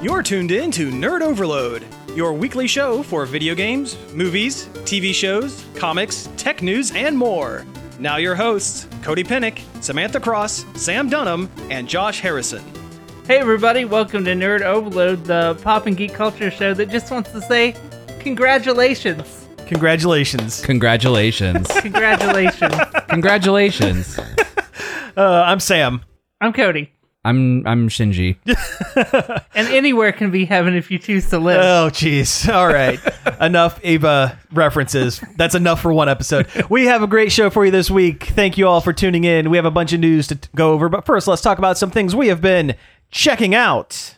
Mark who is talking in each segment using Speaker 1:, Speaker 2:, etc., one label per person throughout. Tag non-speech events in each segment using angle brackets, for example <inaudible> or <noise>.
Speaker 1: You're tuned in to Nerd Overload, your weekly show for video games, movies, TV shows, comics, tech news, and more. Now, your hosts, Cody Pennick, Samantha Cross, Sam Dunham, and Josh Harrison.
Speaker 2: Hey everybody, welcome to Nerd Overload, the pop and geek culture show that just wants to say congratulations.
Speaker 3: Congratulations.
Speaker 4: Congratulations.
Speaker 3: <laughs>
Speaker 2: Congratulations.
Speaker 4: Congratulations.
Speaker 3: Uh, I'm Sam.
Speaker 2: I'm Cody.
Speaker 4: I'm I'm Shinji.
Speaker 2: And anywhere can be heaven if you choose to live.
Speaker 3: Oh, jeez. <laughs> All right. enough Ava references. That's enough for one episode. We have a great show for you this week. Thank you all for tuning in. We have a bunch of news to t- go over, but first, let's talk about some things we have been checking out.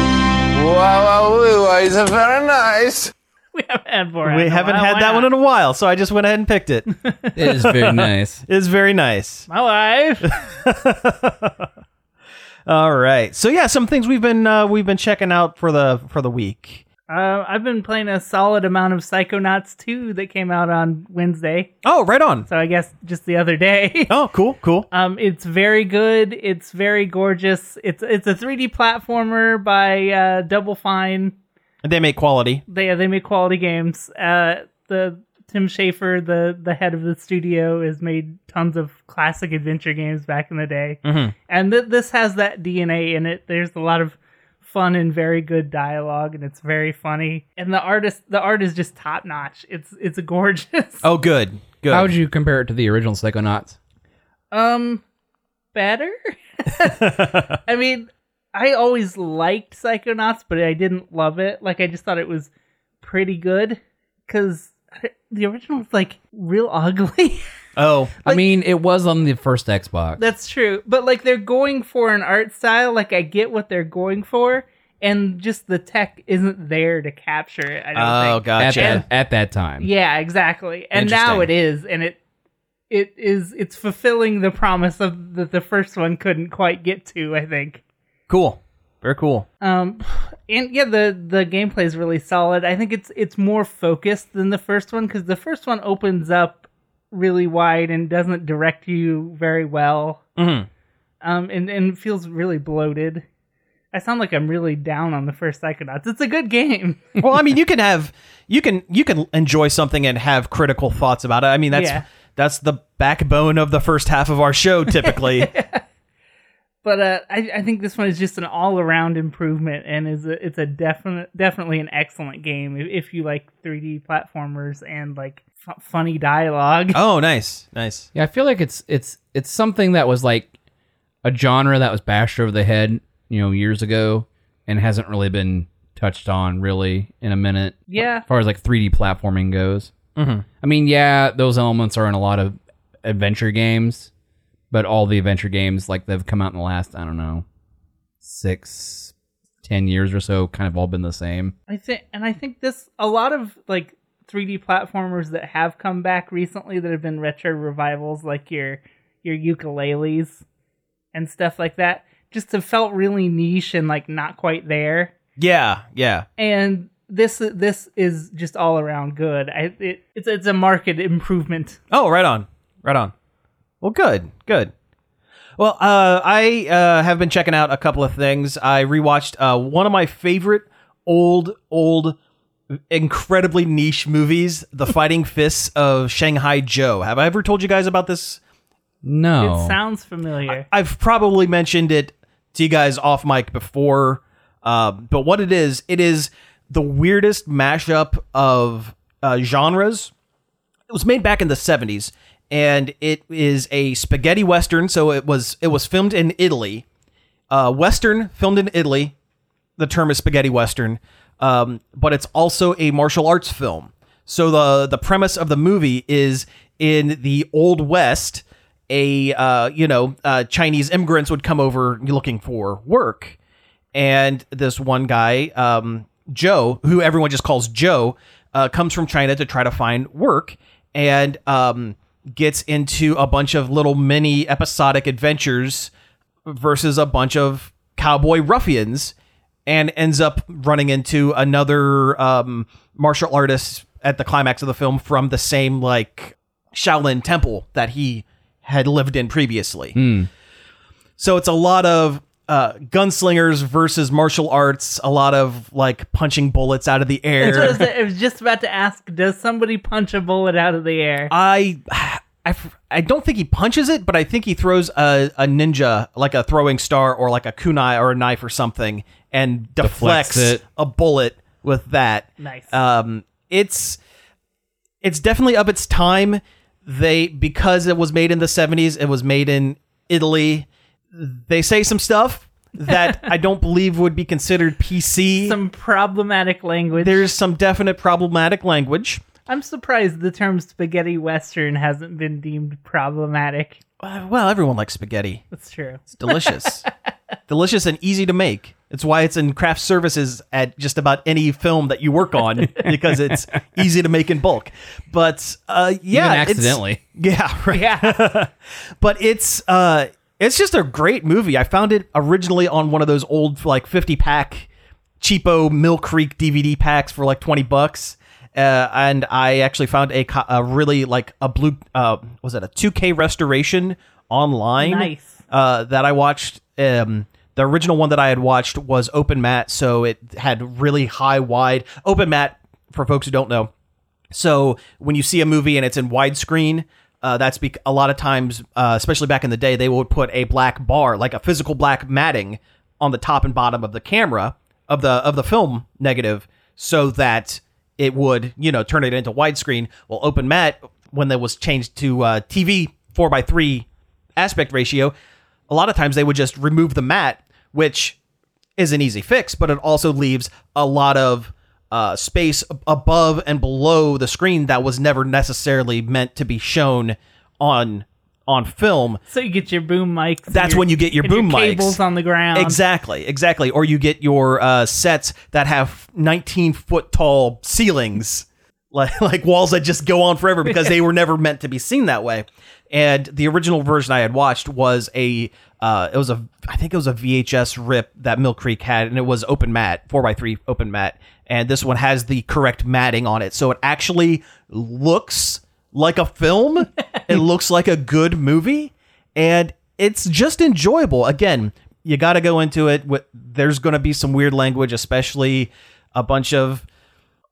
Speaker 5: Wow, wow, wow, it's a very nice.
Speaker 2: we haven't had more.
Speaker 3: We haven't had that one in a while, so I just went ahead and picked it.
Speaker 4: It is very nice.
Speaker 3: It's very nice.
Speaker 2: <laughs> My
Speaker 3: <laughs>
Speaker 2: life.
Speaker 3: All right. So yeah, some things we've been uh, we've been checking out for the for the week.
Speaker 2: Uh, I've been playing a solid amount of Psychonauts 2 that came out on Wednesday.
Speaker 3: Oh, right on.
Speaker 2: So I guess just the other day.
Speaker 3: <laughs> Oh, cool, cool.
Speaker 2: Um, it's very good. It's very gorgeous. It's it's a 3D platformer by uh, Double Fine.
Speaker 3: They make quality.
Speaker 2: they they make quality games. Uh, the Tim Schafer, the the head of the studio, has made tons of classic adventure games back in the day, and th- this has that DNA in it. There's a lot of fun and very good dialogue, and it's very funny. And the artist, the art is just top notch. It's it's gorgeous. <laughs>
Speaker 3: Oh, good, good.
Speaker 4: How would you compare it to the original Psychonauts?
Speaker 2: Um, better. <laughs> I mean, I always liked Psychonauts, but I didn't love it. Like, I just thought it was pretty good because the original was like real <laughs> ugly.
Speaker 3: oh,
Speaker 4: I mean, it was on the first Xbox.
Speaker 2: That's true, but like they're going for an art style. Like, I get what they're going for, and just the tech isn't there to capture it. I don't
Speaker 3: oh,
Speaker 2: think.
Speaker 4: at,
Speaker 3: gotcha.
Speaker 4: that, at that time.
Speaker 2: Yeah, exactly. And now it is, and it it is it's fulfilling the promise of that the first one couldn't quite get to. I think.
Speaker 3: Cool. Very cool.
Speaker 2: Um, and yeah, the the gameplay is really solid. I think it's it's more focused than the first one because the first one opens up really wide and doesn't direct you very well. Um, and and feels really bloated. I sound like I'm really down on the first Psychonauts. It's a good game. <laughs>
Speaker 3: well, I mean, you can have you can you can enjoy something and have critical thoughts about it. I mean, that's
Speaker 2: Yeah.
Speaker 3: that's the backbone of the first half of our show
Speaker 2: <laughs>
Speaker 3: typically.
Speaker 2: but uh, I, I think this one is just an all-around improvement, and is a, it's a definite, definitely an excellent game if, if you like 3D platformers and like f-
Speaker 3: <laughs>
Speaker 2: funny dialogue.
Speaker 3: oh, nice. Nice.
Speaker 4: Yeah, I feel like it's it's it's something that was like a genre that was bashed over the head, you know, years ago and hasn't really been touched on really in a minute.
Speaker 2: Yeah.
Speaker 4: As far as like 3D platforming goes.
Speaker 3: Mm-hmm.
Speaker 4: I mean, yeah, those elements are in a lot of adventure games, but all the adventure games like they've come out in the last, I don't know, six, ten years or so, kind of all been the same.
Speaker 2: I think, and I think this a lot of like 3D platformers that have come back recently that have been retro revivals, like your your ukuleles and stuff like that, just have felt really niche and like not quite there.
Speaker 3: Yeah, yeah.
Speaker 2: And this this is just all around good. I it, it's it's a market improvement.
Speaker 3: Oh, right on. Right on. Well, good. Good. Well, uh, I uh, have been checking out a couple of things. I rewatched uh, one of my favorite old, old, incredibly niche movies, The Fighting Fists of Shanghai Joe. Have I ever told you guys about this?
Speaker 4: No.
Speaker 2: It sounds familiar.
Speaker 3: I've probably mentioned it to you guys off mic before, uh, but what it is, it is the weirdest mashup of uh, genres. It was made back in the '70s, and it is a spaghetti western. So it was it was filmed in Italy, uh, western filmed in Italy. The term is spaghetti western, um, but it's also a martial arts film. So the the premise of the movie is in the old west, a uh, you know uh, Chinese immigrants would come over looking for work, and this one guy, um, Joe, who everyone just calls Joe, uh, comes from China to try to find work and um, gets into a bunch of little mini episodic adventures versus a bunch of cowboy ruffians and ends up running into another um, martial artist at the climax of the film from the same like Shaolin temple that he had lived in previously. So it's a lot of uh, gunslingers versus martial arts, a lot of like punching bullets out of the
Speaker 2: <laughs> So is
Speaker 3: air.
Speaker 2: it- I was just about to ask, does somebody punch a bullet out of the
Speaker 3: Uh,
Speaker 2: air?
Speaker 3: I, <sighs> I, I don't think he punches it, but I think he throws a, a ninja, like a throwing star or like a kunai or a knife or something, and deflects,
Speaker 4: Deflects it.
Speaker 3: a bullet with that.
Speaker 2: Nice.
Speaker 3: Um, it's it's definitely of its time. They because it was made in the 70s, it was made in Italy. They say some stuff
Speaker 4: <laughs>
Speaker 3: that I don't believe would be considered PC.
Speaker 2: Some problematic language.
Speaker 3: There's some definite problematic language.
Speaker 2: I'm surprised the term spaghetti western hasn't been deemed problematic.
Speaker 3: Uh, well, everyone likes spaghetti.
Speaker 2: That's true.
Speaker 3: It's
Speaker 4: <laughs>
Speaker 3: delicious. delicious and easy to make. It's why it's in craft services at just about any film that you work on
Speaker 4: <laughs>
Speaker 3: because it's easy to make in bulk. But uh, yeah,
Speaker 4: Even
Speaker 3: it's-
Speaker 4: accidentally.
Speaker 3: <laughs> yeah, right.
Speaker 2: Yeah.
Speaker 3: <laughs> but it's uh it's just a great movie. I found it originally on one of those old like 50 pack cheapo Mill Creek DVD packs for like 20 bucks. Uh, and I actually found a, co- a really like a blue uh was it a 2K restoration online
Speaker 2: Nice.
Speaker 3: uh that I watched um the original one that I had watched was open mat so it had really high wide open mat for folks who don't know so when you see a movie and it's in widescreen, uh, that's bec- a lot of times, uh, especially back in the day, they would put a black bar, like a physical black matting, on the top and bottom of the camera of the of the film negative, so that it would you know turn it into widescreen. Well, open mat when that was changed to uh, TV four by three aspect ratio, a lot of times they would just remove the mat, which is an easy fix, but it also leaves a lot of uh, space ab- above and below the screen that was never necessarily meant to be shown on on film.
Speaker 2: So you get your boom mics. and
Speaker 3: That's when you get your
Speaker 2: and
Speaker 3: boom mics.
Speaker 2: Cables on the ground.
Speaker 3: Exactly, exactly. Or you get your uh, sets that have 19 foot tall ceilings, like, <laughs> like walls that just go on forever because they were never meant to be seen that way. And the original version I had watched was a, uh, it was a, I think it was a VHS rip that Mill Creek had, and it was open mat, 4x3 open mat. And this one has the correct matting on it. So it actually looks like a film, it looks like a good movie and it's just enjoyable. Again, you got to go into it. With, there's going to be some weird language, especially a bunch of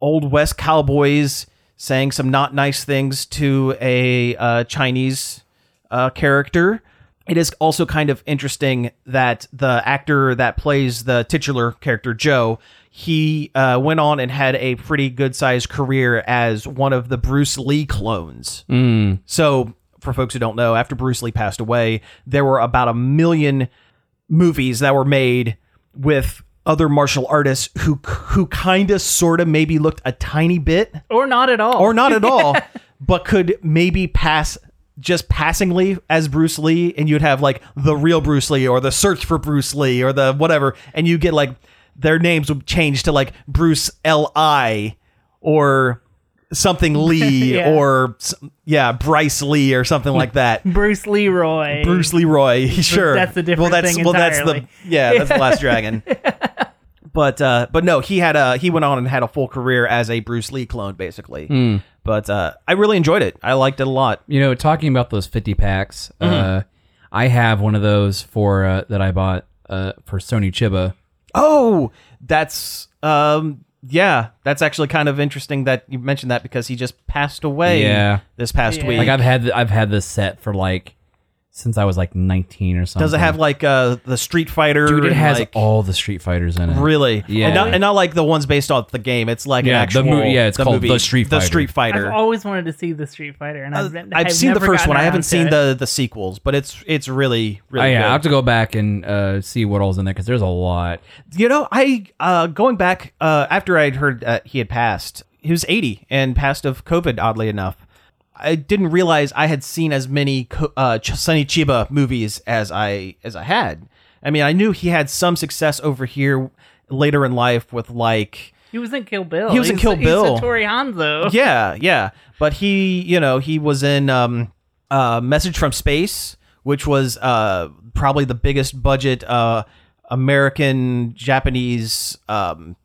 Speaker 3: old West cowboys saying some not nice things to a uh, Chinese uh, character. It is also kind of interesting that the actor that plays the titular character Joe, he uh, went on and had a pretty good sized career as one of the Bruce Lee clones. So, for folks who don't know, after Bruce Lee passed away, there were about a million movies that were made with other martial artists who who kind of sort of maybe looked a tiny bit
Speaker 2: Or not at all.
Speaker 3: or not
Speaker 2: <laughs>
Speaker 3: at all, but could maybe pass just passingly as Bruce Lee, and you'd have like the real Bruce Lee or the search for Bruce Lee or the whatever, and you get like their names would change to like Bruce L I or something Lee
Speaker 2: <laughs> Yeah. Hmm.
Speaker 3: or s- yeah Bryce Lee or something like that.
Speaker 2: Bruce Leroy.
Speaker 3: Bruce Leroy, <laughs> sure.
Speaker 2: that's a different
Speaker 3: well, that's,
Speaker 2: thing
Speaker 3: Well,
Speaker 2: entirely.
Speaker 3: that's the yeah, that's the Last
Speaker 2: <laughs>
Speaker 3: Dragon. But uh, but no, he had a he went on and had a full career as a Bruce Lee clone, basically.
Speaker 4: Hmm.
Speaker 3: But uh, I really enjoyed it. I liked it a lot.
Speaker 4: You know, talking about those 50 packs, uh,
Speaker 3: Mm-hmm.
Speaker 4: I have one of those for uh, that I bought uh, for Sony Chiba.
Speaker 3: Oh, that's um yeah, that's actually kind of interesting that you mentioned that because he just passed away.
Speaker 4: Yeah.
Speaker 3: this past week.
Speaker 4: Like I've had th- I've had this set for like since I was like 19 or something.
Speaker 3: Does it have like uh the Street Fighter?
Speaker 4: Dude, it
Speaker 3: and,
Speaker 4: has
Speaker 3: like,
Speaker 4: all the Street Fighters in it.
Speaker 3: Really,
Speaker 4: Yeah.
Speaker 3: and not, and not like the ones based off the game. It's like an
Speaker 4: Yeah, the
Speaker 3: actual,
Speaker 4: mo- yeah, it's called
Speaker 3: movie,
Speaker 4: The Street
Speaker 3: The
Speaker 4: Fighter.
Speaker 3: Street Fighter.
Speaker 2: I've always wanted to see the Street Fighter, and I've,
Speaker 3: Uh, I've, seen the
Speaker 2: never
Speaker 3: first one.
Speaker 2: gotten
Speaker 3: I haven't
Speaker 2: around
Speaker 3: seen
Speaker 2: to it.
Speaker 3: the the sequels, but it's it's really really
Speaker 4: Oh, yeah,
Speaker 3: good.
Speaker 4: I have to go back and uh, see what all's in there because there's a lot.
Speaker 3: you know, I uh, going back uh, after I'd heard uh, he had passed. He was eighty and passed of COVID. Oddly enough, I didn't realize I had seen as many co- uh, Ch- Sonny Chiba movies as I as I had. I mean, I knew he had some success over here later in life with like
Speaker 2: He was in Kill Bill.
Speaker 3: He was in
Speaker 2: He's-
Speaker 3: Kill Bill.
Speaker 2: He's Tori Hanzo.
Speaker 3: yeah, yeah. But he, you know, he was in um, uh, Message from Space, which was uh, probably the biggest budget uh, American Japanese um,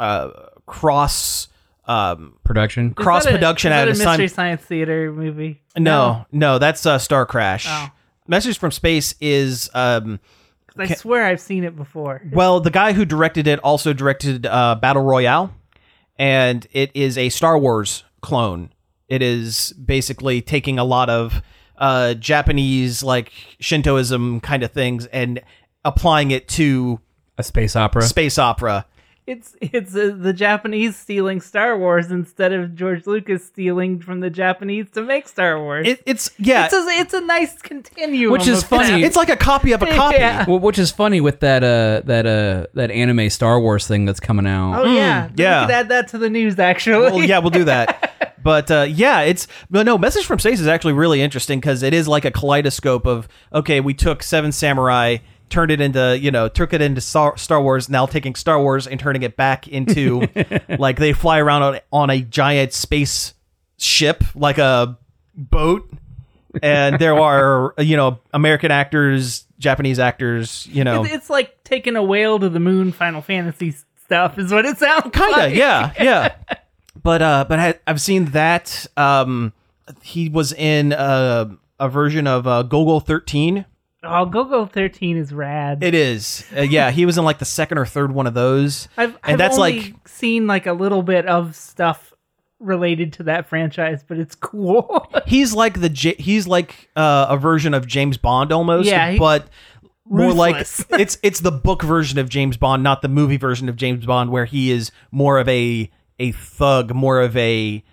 Speaker 3: uh, cross um,
Speaker 4: Production.
Speaker 2: Is
Speaker 3: cross
Speaker 2: that a-
Speaker 3: production
Speaker 2: is that
Speaker 3: at
Speaker 2: a
Speaker 3: a
Speaker 2: mystery
Speaker 3: time.
Speaker 2: science theater movie.
Speaker 3: No, no, that's uh, Star Crash.
Speaker 2: Oh.
Speaker 3: Message from Space is um,
Speaker 2: 'Cause I swear I've seen it before.
Speaker 3: well, the guy who directed it also directed uh, Battle Royale, and it is a Star Wars clone. It is basically taking a lot of uh, Japanese like Shintoism kind of things and applying it to
Speaker 4: A space opera.
Speaker 3: space opera.
Speaker 2: It's it's uh, the Japanese stealing Star Wars instead of George Lucas stealing from the Japanese to make Star Wars.
Speaker 3: It, it's yeah,
Speaker 2: it's a it's a nice continuum,
Speaker 4: Which is
Speaker 2: of
Speaker 4: funny.
Speaker 2: things.
Speaker 3: it's like a copy of a copy.
Speaker 2: <laughs> Yeah.
Speaker 4: Well, which is funny with that uh that uh that anime Star Wars thing that's coming out.
Speaker 2: Oh yeah, Then
Speaker 3: yeah.
Speaker 2: We could add that to the news actually.
Speaker 3: well, yeah, we'll do that. But uh, yeah, it's no, no. Message from Space is actually really interesting because it is like a kaleidoscope of okay, we took Seven Samurai, turned it into you know, took it into Star, Star Wars, now taking Star Wars and turning it back into like they fly around on, on a giant space ship, like a boat, and there are you know American actors, Japanese actors, you know,
Speaker 2: <laughs> It's, it's like taking a whale to the moon. Final Fantasy stuff is what it sounds
Speaker 3: kinda
Speaker 2: like. <laughs>
Speaker 3: yeah yeah but uh but I, i've seen that um he was in uh, a version of uh gogol 13
Speaker 2: Oh, GoGo thirteen is rad.
Speaker 3: it is uh, yeah he was in like the second or third one of those
Speaker 2: I've,
Speaker 3: and
Speaker 2: I've
Speaker 3: that's
Speaker 2: only
Speaker 3: like
Speaker 2: seen like a little bit of stuff related to that franchise, but it's cool. <laughs>
Speaker 3: he's like the J- he's like uh, a version of james bond almost
Speaker 2: Yeah, he-
Speaker 3: but more like
Speaker 2: Ruthless.
Speaker 3: <laughs> it's it's the book version of james bond not the movie version of james bond where he is more of a a thug more of a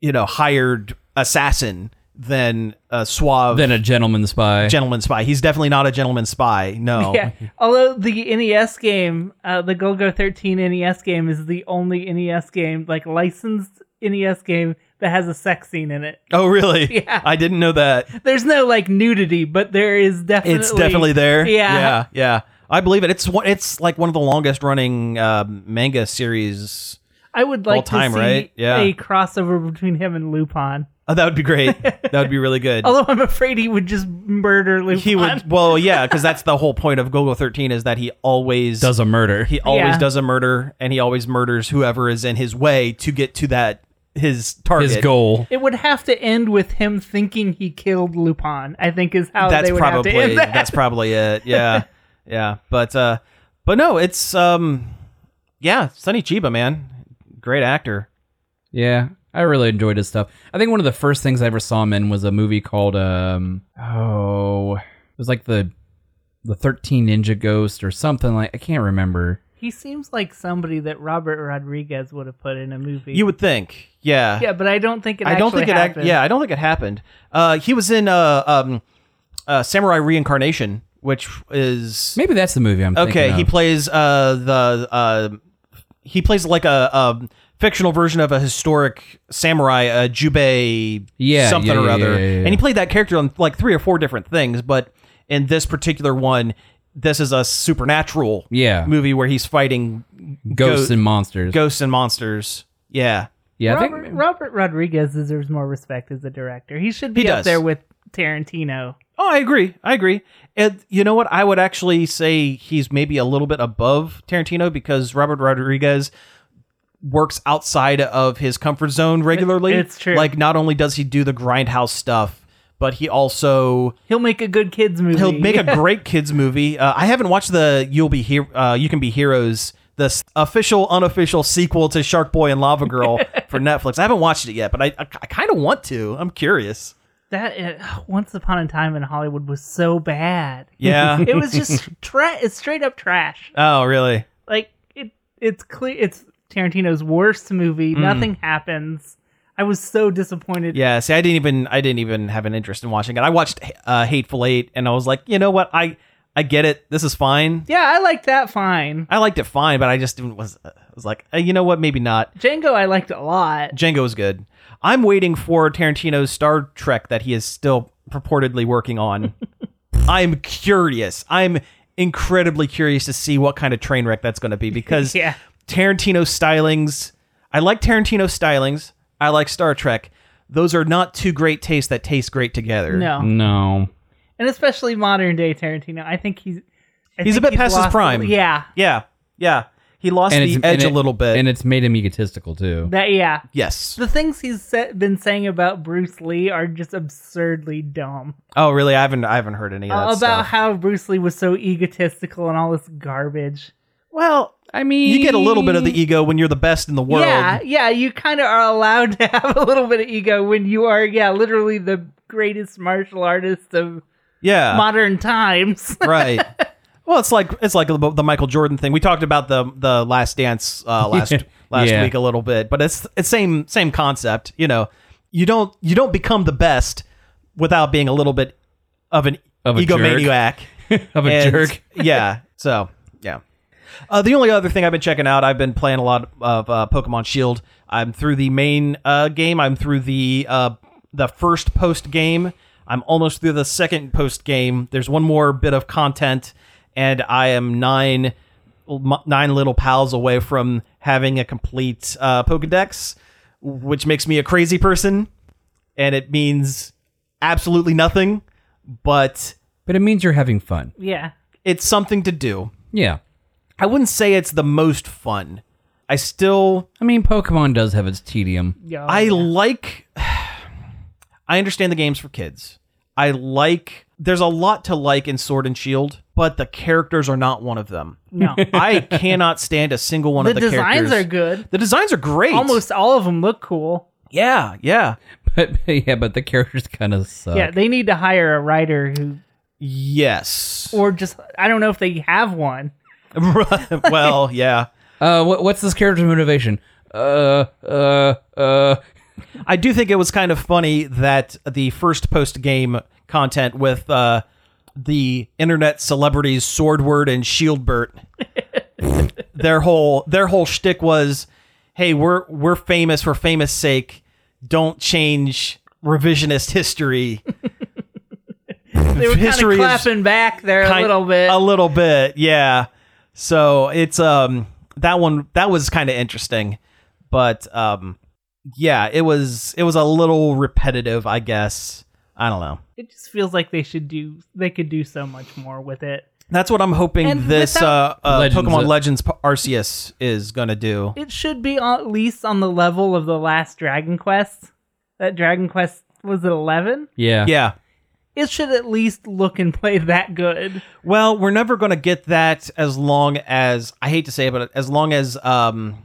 Speaker 3: you know hired assassin than a suave
Speaker 4: Then a gentleman spy.
Speaker 3: gentleman spy. He's definitely not a gentleman spy. No.
Speaker 2: <laughs> yeah. Although the NES game, uh, the GoGo 13 NES E game is the only NES game, like licensed NES game that has a sex scene in it.
Speaker 3: Oh, really?
Speaker 2: Yeah.
Speaker 3: I didn't know that.
Speaker 2: There's no like nudity, but there is definitely
Speaker 3: It's definitely there.
Speaker 2: Yeah.
Speaker 3: Yeah. Yeah. I believe it. It's one. It's like one of the longest running uh, manga series.
Speaker 2: I would like
Speaker 3: time,
Speaker 2: to see
Speaker 3: right? Yeah.
Speaker 2: a crossover between him and Lupin.
Speaker 3: Oh, that would be
Speaker 2: <laughs>
Speaker 3: great. that would be really good.
Speaker 2: Although I'm afraid he would just murder Lupin.
Speaker 3: he would. Well, yeah, because that's the whole point of Gogo Thirteen is that he always
Speaker 4: does a murder.
Speaker 3: he always
Speaker 2: Yeah.
Speaker 3: does a murder and he always murders whoever is in his way to get to that his target.
Speaker 4: His goal.
Speaker 2: <laughs> It would have to end with him thinking he killed Lupin. I think is how
Speaker 3: that's
Speaker 2: Oh, they would
Speaker 3: probably
Speaker 2: have to end that.
Speaker 3: that's probably
Speaker 2: <laughs>
Speaker 3: it. Yeah, yeah. But uh, but no, it's um, yeah, Sonny Chiba, man, great actor.
Speaker 4: Yeah, I really enjoyed his stuff. I think one of the first things I ever saw him in was a movie called um oh it was like the the Thirteen Ninja Ghost or something like I can't remember.
Speaker 2: He seems like somebody that Robert Rodriguez would have put in a movie.
Speaker 3: You would think, yeah,
Speaker 2: yeah, but I don't think it.
Speaker 3: I don't think
Speaker 2: actually
Speaker 3: it. Ac-
Speaker 2: happened.
Speaker 3: yeah, I don't think it happened. Uh, he was in uh, um, uh, Samurai Reincarnation, which is
Speaker 4: Maybe that's the movie I'm
Speaker 3: okay.
Speaker 4: thinking
Speaker 3: He
Speaker 4: of.
Speaker 3: plays uh the uh, he plays like a um fictional version of a historic samurai, uh, Jubei
Speaker 4: Yeah,
Speaker 3: something
Speaker 4: yeah,
Speaker 3: or
Speaker 4: yeah,
Speaker 3: other.
Speaker 4: yeah, yeah, yeah.
Speaker 3: And he played that character on like three or four different things, but in this particular one, this is a supernatural
Speaker 4: Yeah.
Speaker 3: movie where he's fighting
Speaker 4: Ghosts
Speaker 3: Go-
Speaker 4: and Monsters.
Speaker 3: ghosts and monsters. Yeah.
Speaker 4: yeah, I think
Speaker 2: Robert, Robert Rodriguez deserves more respect as a director. He should be
Speaker 3: He
Speaker 2: up
Speaker 3: does.
Speaker 2: there with Tarantino.
Speaker 3: Oh, I agree. I agree. And you know what? I would actually say he's maybe a little bit above Tarantino because Robert Rodriguez works outside of his comfort zone regularly.
Speaker 2: it's true.
Speaker 3: Like not only does he do the grindhouse stuff, but he also
Speaker 2: He'll make a good kids movie.
Speaker 3: he'll make a great kids movie. Uh, I haven't watched the You'll Be Hero uh, You Can Be Heroes the s- official unofficial sequel to Shark Boy and Lava Girl for Netflix. I haven't watched it yet, but I I, I kind of want to. I'm curious.
Speaker 2: that. Uh, Once upon a time in Hollywood was so bad.
Speaker 3: Yeah.
Speaker 2: <laughs> It was just tra- it's straight up trash.
Speaker 3: oh, really?
Speaker 2: like it it's clear it's Tarantino's worst movie. Nothing happens. I was so disappointed.
Speaker 3: Mm. Yeah, see, I didn't even I didn't even have an interest in watching it. I watched uh, Hateful Eight, and I was like, you know what, I I get it. This is fine.
Speaker 2: Yeah, I liked that fine.
Speaker 3: I liked it fine, but I just didn't was I was like, uh, you know what, maybe not.
Speaker 2: Django I liked a lot.
Speaker 3: Django was good. I'm waiting for Tarantino's Star Trek that he is still purportedly working on.
Speaker 2: <laughs>
Speaker 3: I'm curious. I'm incredibly curious to see what kind of train wreck that's going to be because
Speaker 2: <laughs> Yeah.
Speaker 3: Tarantino stylings. I like Tarantino stylings. I like Star Trek. Those are not two great tastes that taste great together.
Speaker 2: No.
Speaker 4: no.
Speaker 2: And especially modern day Tarantino. I think he's I
Speaker 3: He's a
Speaker 2: think
Speaker 3: bit past his
Speaker 2: lost-
Speaker 3: prime.
Speaker 2: Yeah.
Speaker 3: Yeah. Yeah. He lost the edge a
Speaker 4: it-
Speaker 3: little bit.
Speaker 4: and it's made him egotistical too.
Speaker 2: That yeah.
Speaker 3: yes.
Speaker 2: The things he's sa- been saying about Bruce Lee are just absurdly dumb.
Speaker 3: Oh, really? I haven't. I haven't heard any of that
Speaker 2: about
Speaker 3: stuff.
Speaker 2: how Bruce Lee was so egotistical and all this garbage.
Speaker 3: well,
Speaker 4: I mean,
Speaker 3: you get a little bit of the e ego when you're the best in the world.
Speaker 2: Yeah, yeah, you kind of are allowed to <laughs> have a little bit of ego when you are, yeah, literally the greatest martial artist of
Speaker 3: Yeah.
Speaker 2: modern times.
Speaker 3: <laughs>
Speaker 2: <laughs>
Speaker 3: right. Well, it's like it's like the Michael Jordan thing. We talked about the the Last Dance <laughs> uh, last last
Speaker 4: Yeah.
Speaker 3: week a little bit, but it's it's same same concept. You know, you don't you don't become the best without being a little bit of an
Speaker 4: Of a jerk.
Speaker 3: egomaniac.
Speaker 4: of a
Speaker 3: And-
Speaker 4: jerk.
Speaker 3: <laughs> yeah. So yeah. Uh, the only other thing I've been checking out, I've been playing a lot of uh, Pokemon Shield. I'm through the main uh, game. I'm through the uh, the first post game. I'm almost through the second post game. There's one more bit of content, and I am nine m- nine little pals away from having a complete uh, Pokedex, which makes me a crazy person, and it means absolutely nothing, but
Speaker 4: But it means you're having fun.
Speaker 2: yeah.
Speaker 3: it's something to do.
Speaker 4: Yeah.
Speaker 3: I wouldn't say it's the most fun. I still
Speaker 4: I mean, Pokemon does have its tedium. <laughs>
Speaker 2: Oh, Yeah.
Speaker 3: I like <sighs> I understand the games for kids. I like there's a lot to like in Sword and Shield, but the characters are not one of them.
Speaker 2: no.
Speaker 3: <laughs> I cannot stand a single one
Speaker 2: the,
Speaker 3: of the
Speaker 2: designs
Speaker 3: characters.
Speaker 2: are good.
Speaker 3: The designs are great.
Speaker 2: Almost all of them look cool.
Speaker 3: Yeah, yeah.
Speaker 4: But yeah, but the characters kind of suck.
Speaker 2: Yeah, they need to hire a writer who,
Speaker 3: Yes. <laughs>
Speaker 2: or just I don't know if they have one.
Speaker 3: well, yeah.
Speaker 4: Uh, what, what's this character's motivation? Uh, uh, uh.
Speaker 3: I do think it was kind of funny that the first post game content with uh, the internet celebrities Swordward and Shieldbert, their whole their whole shtick was, "Hey, we're we're famous for famous sake. Don't change revisionist history."
Speaker 2: They were kind
Speaker 3: History
Speaker 2: of
Speaker 3: is
Speaker 2: clapping back there a
Speaker 3: Kind-
Speaker 2: little bit.
Speaker 3: a little bit, yeah. So it's um that one that was kind of interesting, but um yeah, it was it was a little repetitive, I guess. I don't know.
Speaker 2: it just feels like they should do. They could do so much more with it.
Speaker 3: That's what I'm hoping
Speaker 2: And
Speaker 3: this
Speaker 2: without-
Speaker 3: uh, uh,
Speaker 4: Legends
Speaker 3: Pokemon
Speaker 4: of-
Speaker 3: Legends P- Arceus is gonna do.
Speaker 2: It should be at least on the level of the last Dragon Quest. That Dragon Quest was it eleven?
Speaker 4: Yeah.
Speaker 3: Yeah.
Speaker 2: It should at least look and play that good.
Speaker 3: Well, we're never gonna get that as long as I hate to say it, but as long as um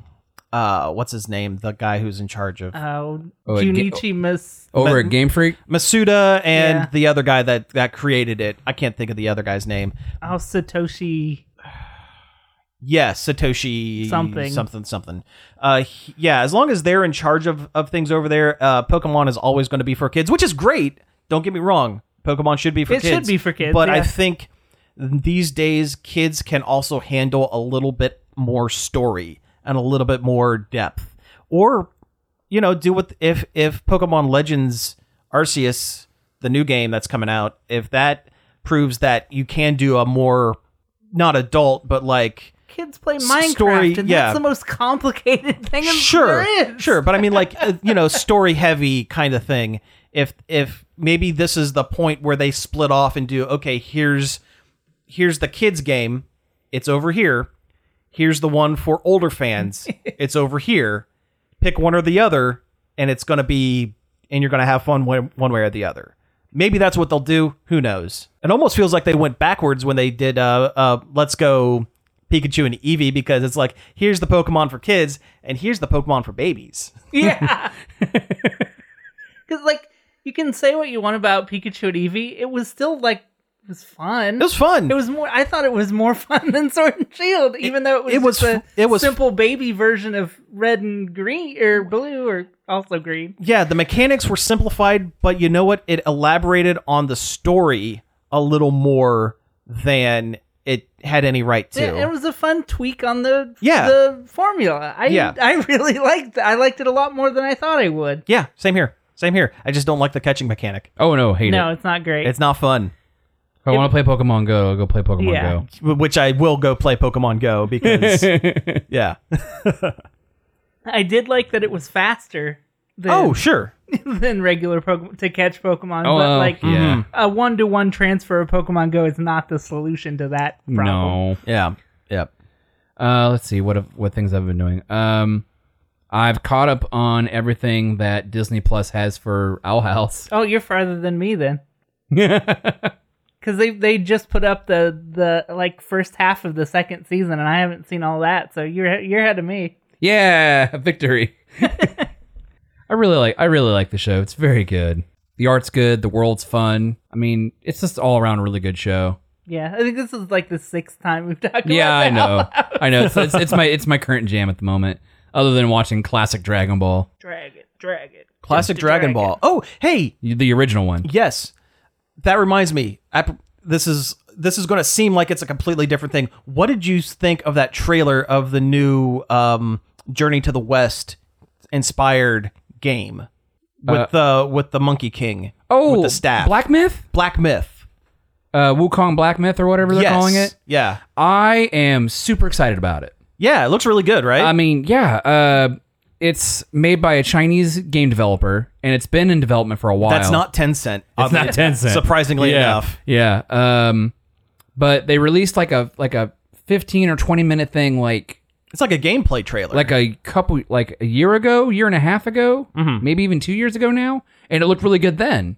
Speaker 3: uh what's his name, the guy who's in charge of
Speaker 2: Oh,
Speaker 4: Oh, it ga-
Speaker 2: Junichi Miss.
Speaker 4: Over at Game Freak,
Speaker 3: Masuda and
Speaker 2: Yeah.
Speaker 3: the other guy that that created it. I can't think of the other guy's name.
Speaker 2: Oh, Satoshi.
Speaker 3: Yes, Satoshi
Speaker 2: Something.
Speaker 3: something something. Uh, he- yeah, as long as they're in charge of of things over there, uh, Pokemon is always going to be for kids, which is great. Don't get me wrong, Pokemon should be for
Speaker 2: It should
Speaker 3: kids.
Speaker 2: be for kids,
Speaker 3: but I
Speaker 2: yeah.
Speaker 3: think these days kids can also handle a little bit more story and a little bit more depth, or you know, do what if if Pokemon Legends Arceus, the new game that's coming out, if that proves that you can do a more not adult, but like
Speaker 2: Kids play Minecraft,
Speaker 3: story,
Speaker 2: and
Speaker 3: yeah.
Speaker 2: that's the most complicated thing in
Speaker 3: sure,
Speaker 2: there is.
Speaker 3: sure. But I mean, like uh, you know, story heavy kind of thing. If if maybe this is the point where they split off and do okay, here's here's the kids game, it's over here. Here's the one for older
Speaker 2: <laughs>
Speaker 3: fans, it's over here. Pick one or the other, and it's gonna be and you're gonna have fun one, one way or the other. Maybe that's what they'll do. Who knows? It almost feels like they went backwards when they did uh, uh, Let's Go Pikachu and Eevee because it's like, here's the Pokemon for kids and here's the Pokemon for babies. <laughs>
Speaker 2: Yeah. <laughs> Because, like, you can say what you want about Pikachu and Eevee. It was still, like, it was fun.
Speaker 3: It was fun.
Speaker 2: It was more. I thought it was more <laughs> fun than Sword and Shield, even though it was
Speaker 3: it was
Speaker 2: just a
Speaker 3: f- it was-
Speaker 2: simple baby version of red and green or blue or also green.
Speaker 3: yeah, the mechanics were simplified, but you know what? It elaborated on the story a little more than it had any right to.
Speaker 2: It, it was a fun tweak on the
Speaker 3: Yeah.
Speaker 2: the formula. I
Speaker 3: Yeah.
Speaker 2: I really <laughs> liked. I liked it a lot more than I thought I would.
Speaker 3: yeah, same here. Same here. I just don't like the catching mechanic.
Speaker 4: Oh no, hate
Speaker 2: No,
Speaker 4: it.
Speaker 2: it's not great.
Speaker 3: It's not fun.
Speaker 4: If I want to play Pokemon Go, I'll go play Pokemon
Speaker 2: Yeah.
Speaker 4: Go.
Speaker 3: Which I will go play Pokemon <laughs> Go because, yeah.
Speaker 2: I did like that it was faster. Than,
Speaker 3: Oh, sure.
Speaker 2: <laughs> than regular Pokemon to catch Pokemon,
Speaker 4: Oh,
Speaker 2: but
Speaker 4: well,
Speaker 2: like
Speaker 4: yeah.
Speaker 2: a one to one transfer of Pokemon Go is not the solution to that problem.
Speaker 4: No.
Speaker 3: Yeah. Yep.
Speaker 4: Uh, let's see what have- what things I've been doing. Um, I've caught up on everything that Disney Plus has for Owl House.
Speaker 2: Oh, you're farther than me then. Because they they just put up the the like first half of the second season, and I haven't seen all that. So you're you're ahead of me.
Speaker 4: yeah, <laughs> victory. I really like I really like the show. It's very good. The art's good. The world's fun. I mean, it's just all around a really good show.
Speaker 2: Yeah, I think this is like the sixth time we've talked.
Speaker 4: Yeah, I
Speaker 2: about that.
Speaker 4: know. I know. It's, it's, it's <laughs> my it's my current jam at the moment. Other than watching classic Dragon Ball,
Speaker 2: Drag it, drag it.
Speaker 3: Classic
Speaker 2: Just a
Speaker 3: Dragon Ball. Oh, hey,
Speaker 4: the original one.
Speaker 3: yes, that reminds me. I, this is this is going to seem like it's a completely different thing. What did you think of that trailer of the new um, Journey to the West inspired game with the with the Monkey King?
Speaker 4: Uh, Oh,
Speaker 3: with the staff,
Speaker 4: Black Myth,
Speaker 3: Black Myth.
Speaker 4: uh, Wukong Black Myth, or whatever they're
Speaker 3: yes.
Speaker 4: calling it.
Speaker 3: Yeah,
Speaker 4: I am super excited about it.
Speaker 3: yeah. It looks really good, right?
Speaker 4: I mean, yeah, uh, it's made by a Chinese game developer, and it's been in development for a while.
Speaker 3: That's not Tencent.
Speaker 4: It's not
Speaker 3: obviously,
Speaker 4: Tencent.
Speaker 3: Surprisingly
Speaker 4: yeah,
Speaker 3: enough.
Speaker 4: Yeah, um, but they released like a like a fifteen or twenty minute thing, like
Speaker 3: It's like a gameplay trailer.
Speaker 4: like a couple like a year ago, year and a half ago,
Speaker 3: Mm-hmm.
Speaker 4: maybe even two years ago now, and it looked really good then.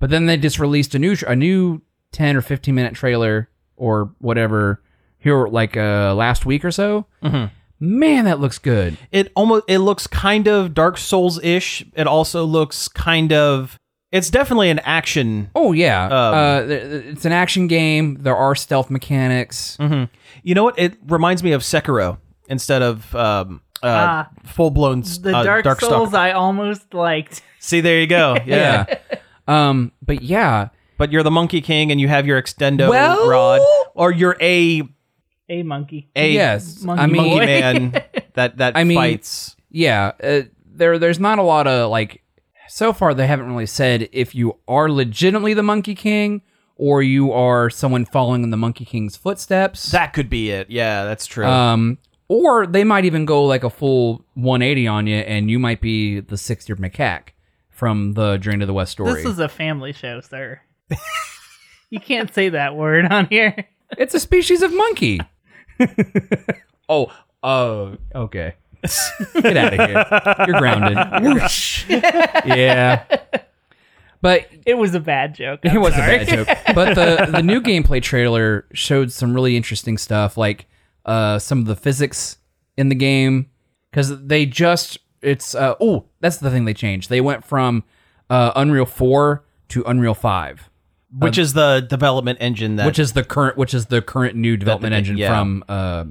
Speaker 4: But then they just released a new a new ten or fifteen minute trailer or whatever here like uh, last week or so.
Speaker 3: Mm-hmm.
Speaker 4: Man, that looks good.
Speaker 3: it almost it looks kind of Dark Souls ish. It also looks kind of it's definitely an action.
Speaker 4: Oh
Speaker 3: Um,
Speaker 4: yeah, uh, th- th- it's an action game. There are stealth mechanics.
Speaker 3: Mm-hmm. You know what? It reminds me of Sekiro instead of um, uh, full blown
Speaker 2: Ah, The
Speaker 4: Uh,
Speaker 2: Dark, Souls I almost liked. <laughs>
Speaker 3: See, there you go. Yeah.
Speaker 4: Yeah. <laughs> um, but yeah,
Speaker 3: but you're the Monkey King, and you have your extendo
Speaker 4: Well-
Speaker 3: rod, or you're a
Speaker 2: A monkey.
Speaker 3: a
Speaker 4: yes.
Speaker 2: Monkey
Speaker 4: I mean,
Speaker 3: monkey
Speaker 2: boy. <laughs>
Speaker 3: man that that
Speaker 4: I mean-
Speaker 3: fights.
Speaker 4: yeah. Uh, there, there's not a lot of like. So far, they haven't really said if you are legitimately the Monkey King or you are someone following in the Monkey King's footsteps.
Speaker 3: That could be it. Yeah, that's true.
Speaker 4: um, or they might even go like a full 180 on you, and you might be the six-year macaque from the Journey to the West story.
Speaker 2: This is a family show, sir. you can't say that word on here.
Speaker 4: It's a species
Speaker 2: <laughs>
Speaker 4: of monkey. oh, oh, okay. Get out of here. You're grounded. Whoosh. yeah. But
Speaker 2: It was a bad joke. I'm
Speaker 4: it was
Speaker 2: sorry.
Speaker 4: a bad joke. But the, the new gameplay trailer showed some really interesting stuff, like uh, some of the physics in the game. Because they just, it's, uh, oh, that's the thing they changed. They went from uh, Unreal 4 to Unreal 5
Speaker 3: which is the development engine that
Speaker 4: which is the current which is the current new development
Speaker 3: the-
Speaker 4: engine
Speaker 3: yeah.
Speaker 4: from uh,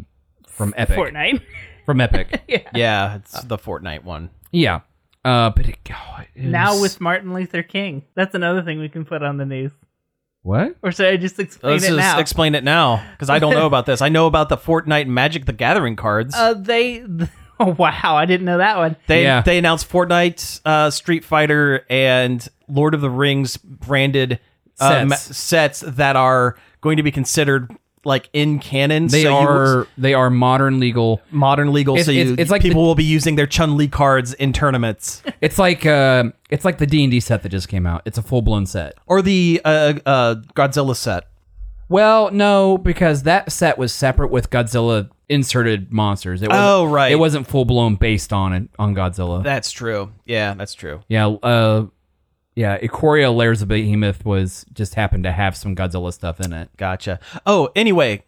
Speaker 4: from Epic
Speaker 2: Fortnite.
Speaker 4: from Epic.
Speaker 2: <laughs>
Speaker 4: yeah.
Speaker 3: yeah, it's the Fortnite one.
Speaker 4: Uh, but it, oh, it
Speaker 2: Now
Speaker 4: was-
Speaker 2: with Martin Luther King. That's another thing we can put on the news.
Speaker 4: what?
Speaker 2: Or should I just explain
Speaker 3: Let's
Speaker 2: it
Speaker 3: just
Speaker 2: now?
Speaker 3: explain it now because I don't know about this. I know about the Fortnite Magic the Gathering cards.
Speaker 2: uh, they. <laughs> Oh wow! I didn't know that one.
Speaker 3: they
Speaker 4: yeah.
Speaker 3: they announced Fortnite, uh, Street Fighter, and Lord of the Rings branded uh,
Speaker 4: Sets.
Speaker 3: ma- sets that are going to be considered like in canon.
Speaker 4: They
Speaker 3: so you-
Speaker 4: are they are
Speaker 2: <laughs>
Speaker 4: modern legal.
Speaker 3: modern legal.
Speaker 4: It's-
Speaker 3: so you,
Speaker 4: it's- it's like
Speaker 3: people
Speaker 4: the-
Speaker 3: will be using their Chun Li cards in tournaments
Speaker 4: <laughs> It's like uh, it's like the D and D set that just came out. It's a full blown set.
Speaker 3: or the uh, uh, Godzilla set.
Speaker 4: Well, no, because that set was separate with Godzilla inserted monsters. It wasn't-
Speaker 3: Oh, right.
Speaker 4: It wasn't full blown based on it on Godzilla.
Speaker 3: That's true. Yeah, that's true.
Speaker 4: yeah. Uh, yeah. Ikoria Layers of Behemoth was just happened to have some Godzilla stuff in it.
Speaker 3: Gotcha. Oh, anyway,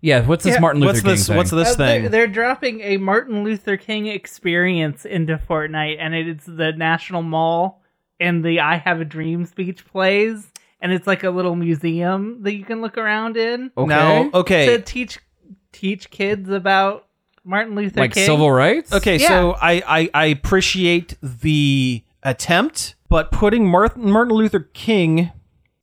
Speaker 4: Yeah, what's this Martin Luther
Speaker 3: what's
Speaker 4: King
Speaker 3: this?
Speaker 4: thing?
Speaker 3: What's this
Speaker 2: Uh,
Speaker 3: thing?
Speaker 2: They're, they're dropping a Martin Luther King experience into Fortnite, and it's the National Mall, and the "I Have a Dream" speech plays, and it's like a little museum that you can look around in
Speaker 3: Oh,
Speaker 4: okay.
Speaker 3: Now, okay.
Speaker 2: to teach teach kids about Martin Luther
Speaker 4: like
Speaker 2: King.
Speaker 4: civil rights?
Speaker 3: Okay, so I, I I appreciate the attempt, but putting Martin, Martin Luther King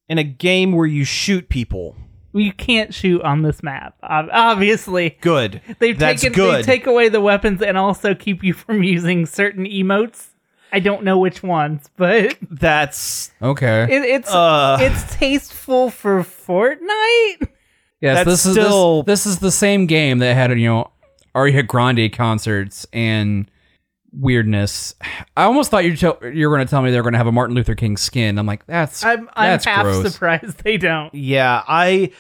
Speaker 3: in a game where you shoot people,
Speaker 2: you can't shoot on this map, ob- obviously.
Speaker 3: good.
Speaker 2: They've
Speaker 3: That's
Speaker 2: taken
Speaker 3: good.
Speaker 2: they take away the weapons and also keep you from using certain emotes. I don't know which ones, but
Speaker 3: That's
Speaker 4: Okay.
Speaker 2: It, it's
Speaker 3: Uh.
Speaker 2: it's tasteful for Fortnite.
Speaker 4: yes,
Speaker 3: that's
Speaker 4: this is
Speaker 3: still-
Speaker 4: this, this is the same game that had, you know, Aria Grande concerts and weirdness. I almost thought you tell you were going to tell me they were going to have a Martin Luther King skin. I'm like, that's
Speaker 2: I'm I'm
Speaker 4: that's
Speaker 2: half
Speaker 4: gross.
Speaker 2: surprised they don't.
Speaker 3: yeah. I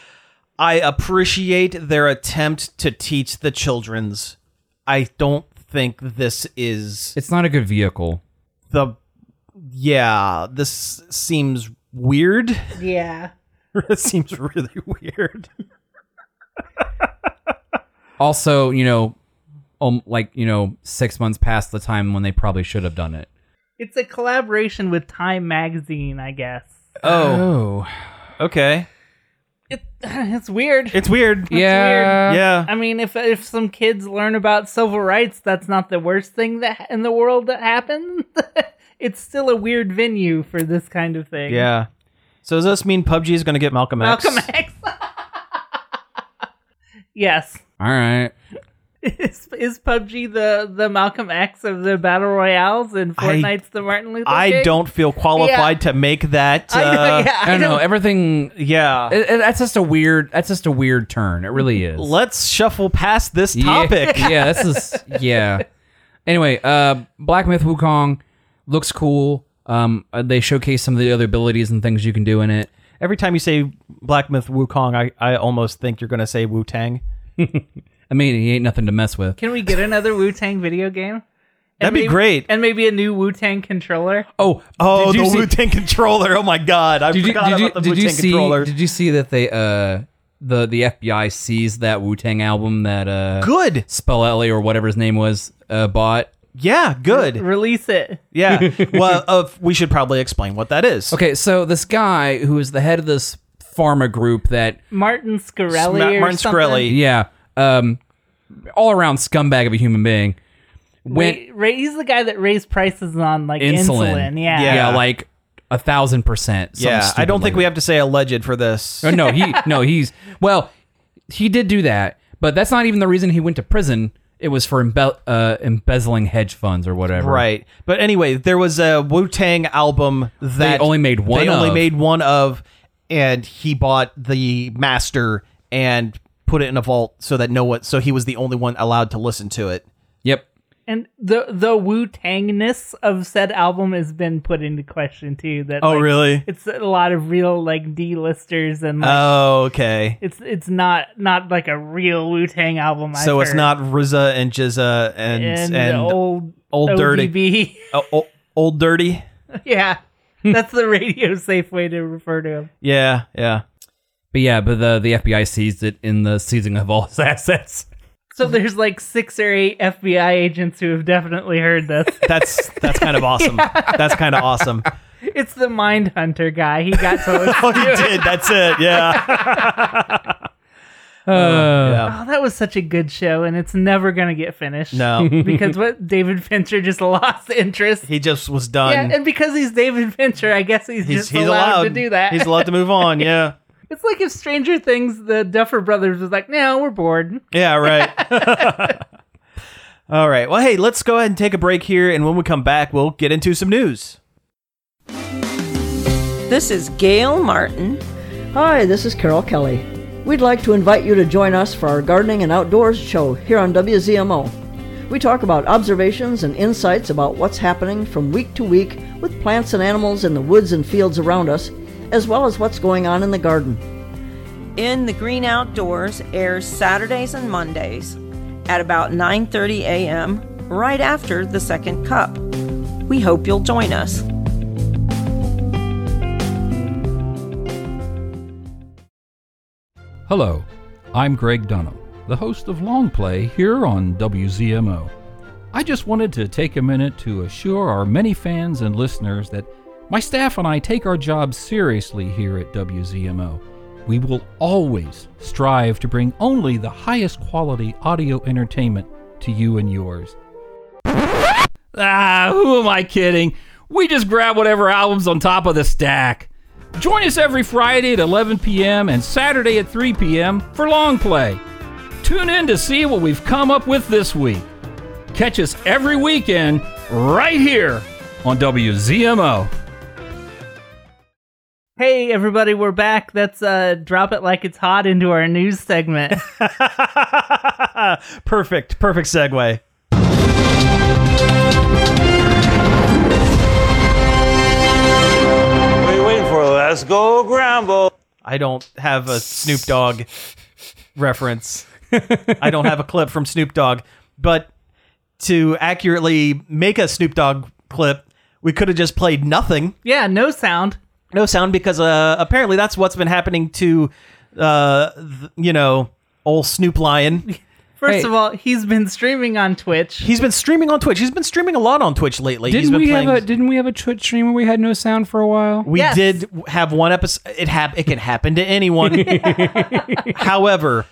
Speaker 3: I appreciate their attempt to teach the children's. I don't think this is
Speaker 4: It's not a good vehicle.
Speaker 3: the. Yeah, this seems weird. <laughs>
Speaker 2: Yeah.
Speaker 3: it seems really <laughs> weird.
Speaker 4: Also, you know, um, like you know, six months past the time when they probably should have done it.
Speaker 2: It's a collaboration with Time Magazine, I guess.
Speaker 4: Oh,
Speaker 3: Okay,
Speaker 2: It, <sighs> it's weird.
Speaker 3: it's weird.
Speaker 4: yeah,
Speaker 3: yeah.
Speaker 2: I mean, if if some kids learn about civil rights, that's not the worst thing that in the world that happened. <laughs> it's still a weird venue for this kind of thing.
Speaker 3: Yeah. So does this mean PUBG is going to get Malcolm X?
Speaker 2: Malcolm X. <laughs> yes.
Speaker 4: All right.
Speaker 2: Is, is PUBG the, the Malcolm X of the battle royales and
Speaker 3: I-
Speaker 2: Fortnite's the Martin Luther
Speaker 3: I
Speaker 2: King?
Speaker 3: don't feel qualified to make that.
Speaker 2: <laughs> I know,
Speaker 3: uh,
Speaker 2: yeah,
Speaker 4: I don't know. Everything.
Speaker 3: yeah.
Speaker 4: It, it- that's just a weird. That's just a weird turn. It really is.
Speaker 3: Let's shuffle past this topic.
Speaker 2: <laughs>
Speaker 4: Yeah, yeah, this is yeah. Anyway, uh, Black Myth Wukong looks cool. Um, uh, they showcase some of the other abilities and things you can do in it.
Speaker 3: Every time you say Black Myth Wukong, I, I almost think you're going to say Wu Tang.
Speaker 4: I mean, he ain't nothing to mess with.
Speaker 2: Can we get another Wu Tang video game? And
Speaker 3: That'd be
Speaker 2: maybe-
Speaker 3: great.
Speaker 2: And maybe a new Wu Tang controller.
Speaker 4: Oh,
Speaker 3: Oh,
Speaker 4: did you
Speaker 3: the
Speaker 4: see-
Speaker 3: Wu Tang controller. Oh my God. I
Speaker 4: Did you,
Speaker 3: forgot
Speaker 4: did you,
Speaker 3: about the Wu
Speaker 4: did you
Speaker 3: Tang
Speaker 4: see?
Speaker 3: controller.
Speaker 4: Did you see that they uh the the FBI seized that Wu Tang album that uh
Speaker 3: good.
Speaker 4: Spillelli or whatever his name was uh bought?
Speaker 3: Yeah, good.
Speaker 2: Release it.
Speaker 4: <laughs>
Speaker 3: Yeah. well, uh, we should probably explain what that is.
Speaker 4: Okay, so this guy who is the head of this pharma group that
Speaker 2: Martin Scarelli.
Speaker 3: Ma-
Speaker 2: or
Speaker 3: Martin
Speaker 2: something.
Speaker 3: Scarelli.
Speaker 4: yeah um all around scumbag of a human being went
Speaker 2: Wait, Ray, he's the guy that raised prices on like
Speaker 4: insulin.
Speaker 2: insulin. Yeah.
Speaker 4: yeah, like a thousand percent. something
Speaker 3: Yeah. I
Speaker 4: stupid
Speaker 3: don't think
Speaker 4: like
Speaker 3: we have to say alleged for this.
Speaker 4: that.
Speaker 3: <laughs>
Speaker 4: no, he no, he's well, he did do that, but that's not even the reason he went to prison. It was for embe- uh, embezzling hedge funds or whatever.
Speaker 3: Right. But anyway, there was a Wu Tang album that
Speaker 4: only made one
Speaker 3: They only
Speaker 4: of.
Speaker 3: made one of, and he bought the master and put it in a vault so that no one, so he was the only one allowed to listen to it.
Speaker 4: Yep.
Speaker 2: And the the Wu Tangness of said album has been put into question too. That
Speaker 4: Oh,
Speaker 2: like,
Speaker 3: Oh, really?
Speaker 2: It's a lot of real like D listers and like,
Speaker 3: Oh, okay.
Speaker 2: it's it's not not like a real Wu Tang album. I've
Speaker 3: so it's
Speaker 2: heard.
Speaker 3: not RZA and Jizza and
Speaker 2: and,
Speaker 3: and,
Speaker 2: old
Speaker 3: Old Dirty.
Speaker 2: ODB.
Speaker 3: oh, oh, old dirty.
Speaker 2: <laughs> yeah, that's the radio safe way to refer to him.
Speaker 3: Yeah, yeah.
Speaker 4: But yeah, but the the FBI seized it in the seizing of all his <laughs> assets.
Speaker 3: <laughs>
Speaker 2: So there's like six or eight FBI agents who have definitely heard this.
Speaker 3: <laughs>
Speaker 2: <laughs>
Speaker 3: That's that's kind of awesome. That's kind of awesome.
Speaker 2: it's the Mind Hunter guy. <laughs> He got
Speaker 3: <laughs>
Speaker 2: told.
Speaker 3: Oh, he did. That's it. Yeah. yeah.
Speaker 2: Oh, that was such a good show, and it's never gonna get finished.
Speaker 3: No,
Speaker 2: <laughs>
Speaker 3: <laughs>
Speaker 2: because what David Fincher just lost interest.
Speaker 3: he just was done.
Speaker 2: yeah, and because he's David Fincher, I guess he's, just allowed, to do that.
Speaker 3: He's allowed to move on. Yeah.
Speaker 2: <laughs> it's like if Stranger Things, the Duffer Brothers was like, "No, we're bored."
Speaker 3: Yeah. Right. <laughs> All right. Well, hey, let's go ahead and take a break here, and when we come back, we'll get into some news.
Speaker 6: This is Gail Martin.
Speaker 7: Hi, this is Carol Kelly. We'd like to invite you to join us for our gardening and outdoors show here on WZMO. We talk about observations and insights about what's happening from week to week with plants and animals in the woods and fields around us, as well as what's going on in the garden.
Speaker 6: In the Green Outdoors airs Saturdays and Mondays at about 9:30 a.m. right after the second cup. We hope you'll join us.
Speaker 8: Hello, I'm Greg Dunham, the host of Long Play here on WZMO. I just wanted to take a minute to assure our many fans and listeners that my staff and I take our job seriously here at WZMO. We will always strive to bring only the highest quality audio entertainment to you and yours. Ah, who am I kidding? We just grab whatever album's on top of the stack. Join us every Friday at 11 p.m. and Saturday at 3 p.m. for Long Play. Tune in to see what we've come up with this week. Catch us every weekend right here on WZMO.
Speaker 2: Hey, everybody, we're back. That's uh, drop it like it's hot into our
Speaker 3: <laughs>
Speaker 2: news segment.
Speaker 3: perfect. Perfect segue.
Speaker 5: What are you waiting for? Let's go, Grambo.
Speaker 3: I I don't have a Snoop Dogg reference. I don't have a clip from Snoop Dogg, but to accurately make a Snoop Dogg clip, we could have just played nothing,
Speaker 2: Yeah, no sound.
Speaker 3: no sound, because uh, apparently that's what's been happening to, uh, th- you know, old Snoop Lion.
Speaker 2: First
Speaker 4: Hey.
Speaker 2: of all, he's been streaming on Twitch.
Speaker 3: He's been streaming on Twitch. He's been streaming a lot on Twitch lately. He's
Speaker 4: Didn't
Speaker 3: been
Speaker 4: we
Speaker 3: playing.
Speaker 4: have a Didn't we have a Twitch stream where we had no sound for a while?
Speaker 3: we
Speaker 2: Yes.
Speaker 3: did have one episode. It hap- It can happen to
Speaker 4: <laughs>
Speaker 3: anyone. However,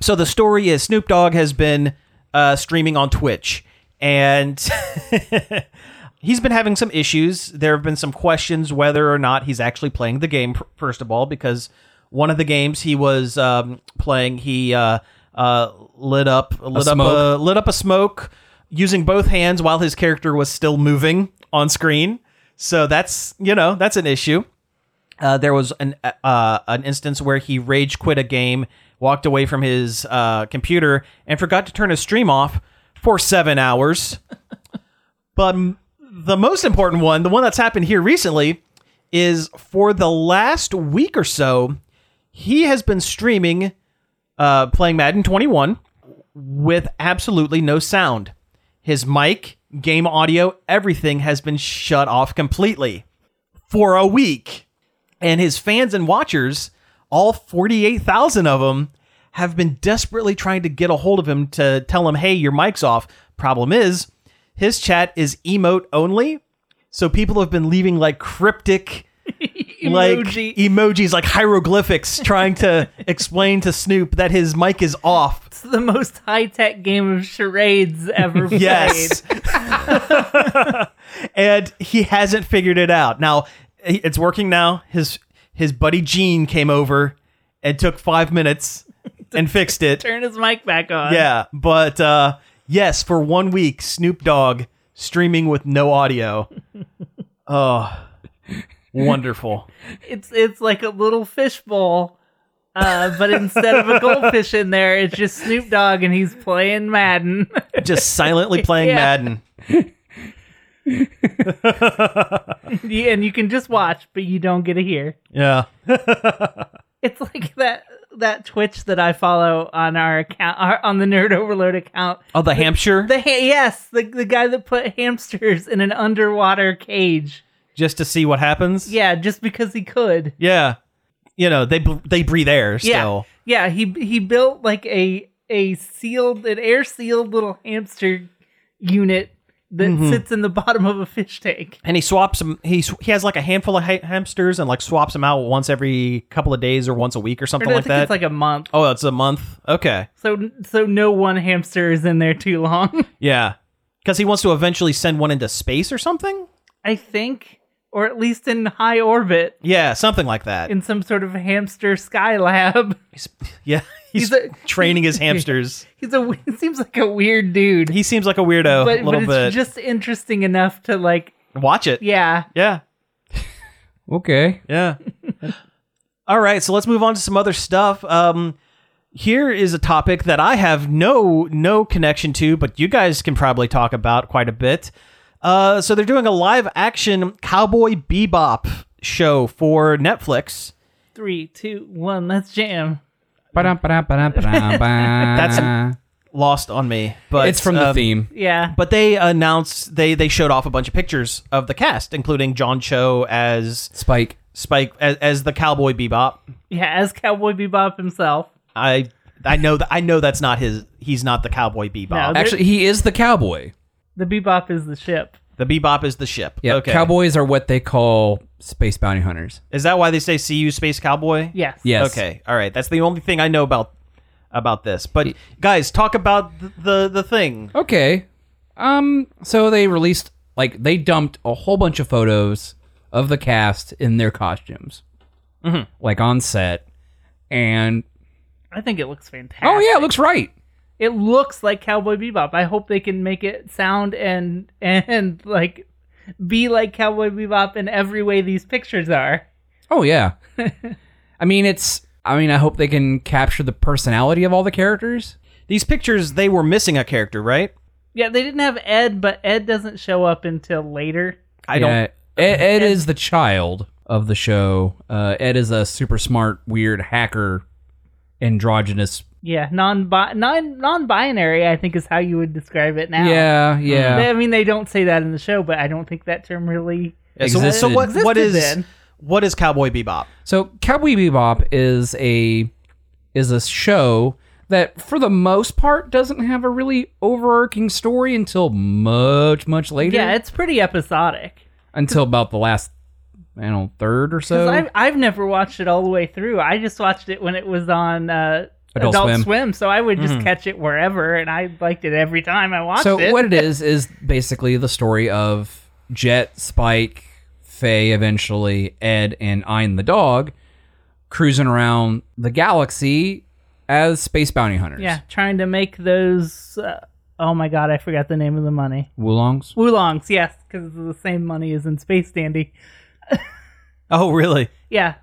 Speaker 3: so the story is Snoop Dogg has been uh, streaming on Twitch, and <laughs> he's been having some issues. There have been some questions whether or not he's actually playing the game. fir- First of all, because one of the games he was um, playing, he uh, uh, lit up lit up a,
Speaker 4: smoke.
Speaker 3: lit up a smoke using both hands while his character was still moving on screen. So that's you know that's an issue. Uh, there was an uh, an instance where he rage quit a game, walked away from his uh, computer, and forgot to turn his stream off for seven hours. but m- the most important one, the one that's happened here recently, is for the last week or so, he has been streaming, uh, playing Madden 21 with absolutely no sound. His mic, game audio, everything has been shut off completely for a week and his fans and watchers, all 48,000 of them, have been desperately trying to get a hold of him to tell him, hey, your mic's off. Problem is, his chat is emote only. So people have been leaving like cryptic like
Speaker 2: Emoji.
Speaker 3: emojis, like hieroglyphics, trying to explain to Snoop that his mic is off.
Speaker 2: It's the most high tech game of
Speaker 3: <laughs>
Speaker 2: charades ever played.
Speaker 3: Yes. <laughs> and he hasn't figured it out. Now he- it's working now. His his buddy Gene came over and took five minutes and fixed it.
Speaker 2: Turn his mic back on.
Speaker 3: Yeah, but uh, yes, for one week, Snoop Dogg streaming with no
Speaker 2: <laughs>
Speaker 3: audio. Oh, wonderful!
Speaker 2: It's it's like a little fishbowl. Uh, but instead of a goldfish in there, it's just Snoop Dogg and he's playing Madden. <laughs>
Speaker 3: Just silently playing
Speaker 2: Yeah.
Speaker 3: Madden.
Speaker 2: Yeah, and you can just watch, but you don't get to hear.
Speaker 3: Yeah.
Speaker 2: It's like that that Twitch that I follow on our account, our, on the Nerd Overload account.
Speaker 3: Oh, the Hampshire,
Speaker 2: The ha- yes, the the guy that put hamsters in an underwater cage.
Speaker 3: just to see what happens.
Speaker 2: Yeah, just because he could.
Speaker 3: Yeah. You know they br- they breathe air
Speaker 2: Yeah,
Speaker 3: still.
Speaker 2: yeah. He he built like a a sealed, an air sealed little hamster unit that
Speaker 3: Mm-hmm.
Speaker 2: sits in the <laughs> bottom of a fish tank.
Speaker 3: and he swaps them. He sw- he has like a handful of ha- hamsters and like swaps them out once every couple of days or once a week or
Speaker 2: Or
Speaker 3: something
Speaker 2: no, I
Speaker 3: like
Speaker 2: think
Speaker 3: that.
Speaker 2: it's like a month.
Speaker 3: oh, it's a month. Okay,
Speaker 2: So so no one hamster is in there too long. <laughs>
Speaker 3: yeah, because he wants to eventually send one into space or something.
Speaker 2: I think, or at least in high orbit
Speaker 3: Yeah, something like that.
Speaker 2: in some sort of hamster sky lab.
Speaker 3: He's- yeah, he's,
Speaker 2: He's a-
Speaker 3: training his hamsters.
Speaker 2: <laughs> He's a w- it seems like a weird dude,
Speaker 3: he seems like a weirdo
Speaker 2: but
Speaker 3: a
Speaker 2: but
Speaker 3: little
Speaker 2: it's
Speaker 3: bit.
Speaker 2: just interesting enough to like
Speaker 3: Watch it.
Speaker 2: yeah.
Speaker 3: yeah,
Speaker 4: Okay.
Speaker 3: Yeah. <laughs> All right, so let's move on to some other stuff. Um, here is a topic that I have no no connection to, but you guys can probably talk about quite a bit. Uh, so they're doing a live action Cowboy Bebop show for Netflix.
Speaker 2: Three, two, one, let's jam.
Speaker 4: Ba-dum, ba-dum, ba-dum, ba-dum, ba.
Speaker 3: Lost on me, <laughs> but
Speaker 4: Uh-huh. it's from the
Speaker 3: um,
Speaker 4: theme.
Speaker 2: Yeah.
Speaker 3: But they announced they they showed off a bunch of pictures of the cast, including John Cho as
Speaker 4: Spike.
Speaker 3: Spike as, as the Cowboy Bebop.
Speaker 2: Yeah, as Cowboy Bebop himself.
Speaker 3: I I know that I know that's not his. He's not the Cowboy Bebop.
Speaker 2: No,
Speaker 4: Actually, he is the cowboy.
Speaker 2: The Bebop is the ship.
Speaker 3: The Bebop is the ship.
Speaker 4: Yeah, cowboys are what they call space bounty hunters.
Speaker 3: Is that why they say "see you, space cowboy"?
Speaker 2: Yes.
Speaker 4: Yes.
Speaker 3: Okay. All right. That's the only thing I know about about this. But guys, talk about th- the the thing.
Speaker 4: Okay. Um. So they released like they dumped a whole bunch of photos of the cast in their costumes, like on set, and
Speaker 2: I think it looks fantastic.
Speaker 4: oh yeah, it looks right.
Speaker 2: It looks like Cowboy Bebop. I hope they can make it sound and and like be like Cowboy Bebop in every way these pictures are.
Speaker 4: Oh <laughs> yeah. I mean, it's. I mean, I hope they can capture the personality of all the characters.
Speaker 3: These pictures, they were missing a character, right?
Speaker 2: Yeah, they didn't have Ed, but Ed doesn't show up until later.
Speaker 3: I don't.
Speaker 4: Yeah, Ed, Ed is the child. of the show. Uh, Ed is a super smart, weird hacker, androgynous.
Speaker 2: Yeah, non non non binary. I think is how you would describe it now.
Speaker 4: Yeah, yeah.
Speaker 2: They- I mean, they don't say that in the show, but I don't think that term really.
Speaker 3: So, so
Speaker 4: Existed.
Speaker 3: what? What is
Speaker 2: Existed then.
Speaker 3: what is Cowboy Bebop?
Speaker 4: So Cowboy Bebop is a is a show that for the most part doesn't have a really overarching story until much much later.
Speaker 2: Yeah, it's pretty episodic.
Speaker 4: until about the last I don't know third or
Speaker 2: 'Cause
Speaker 4: so.
Speaker 2: I've, I've never watched it all the way through. I just watched it when it was on uh,
Speaker 4: Adult Swim. Mm-hmm.
Speaker 2: so I would just catch it wherever, and I liked it every time I watched
Speaker 4: so
Speaker 2: it.
Speaker 4: what it is is basically the story of Jet, Spike, Faye, eventually Ed, and Ein the dog cruising around the galaxy as space bounty hunters.
Speaker 2: Yeah, trying to make those. Uh, oh my god, I forgot the name of the money.
Speaker 4: Wulongs.
Speaker 2: Wulongs, yes, because the same money is in Space Dandy.
Speaker 3: Oh, really?
Speaker 2: Yeah,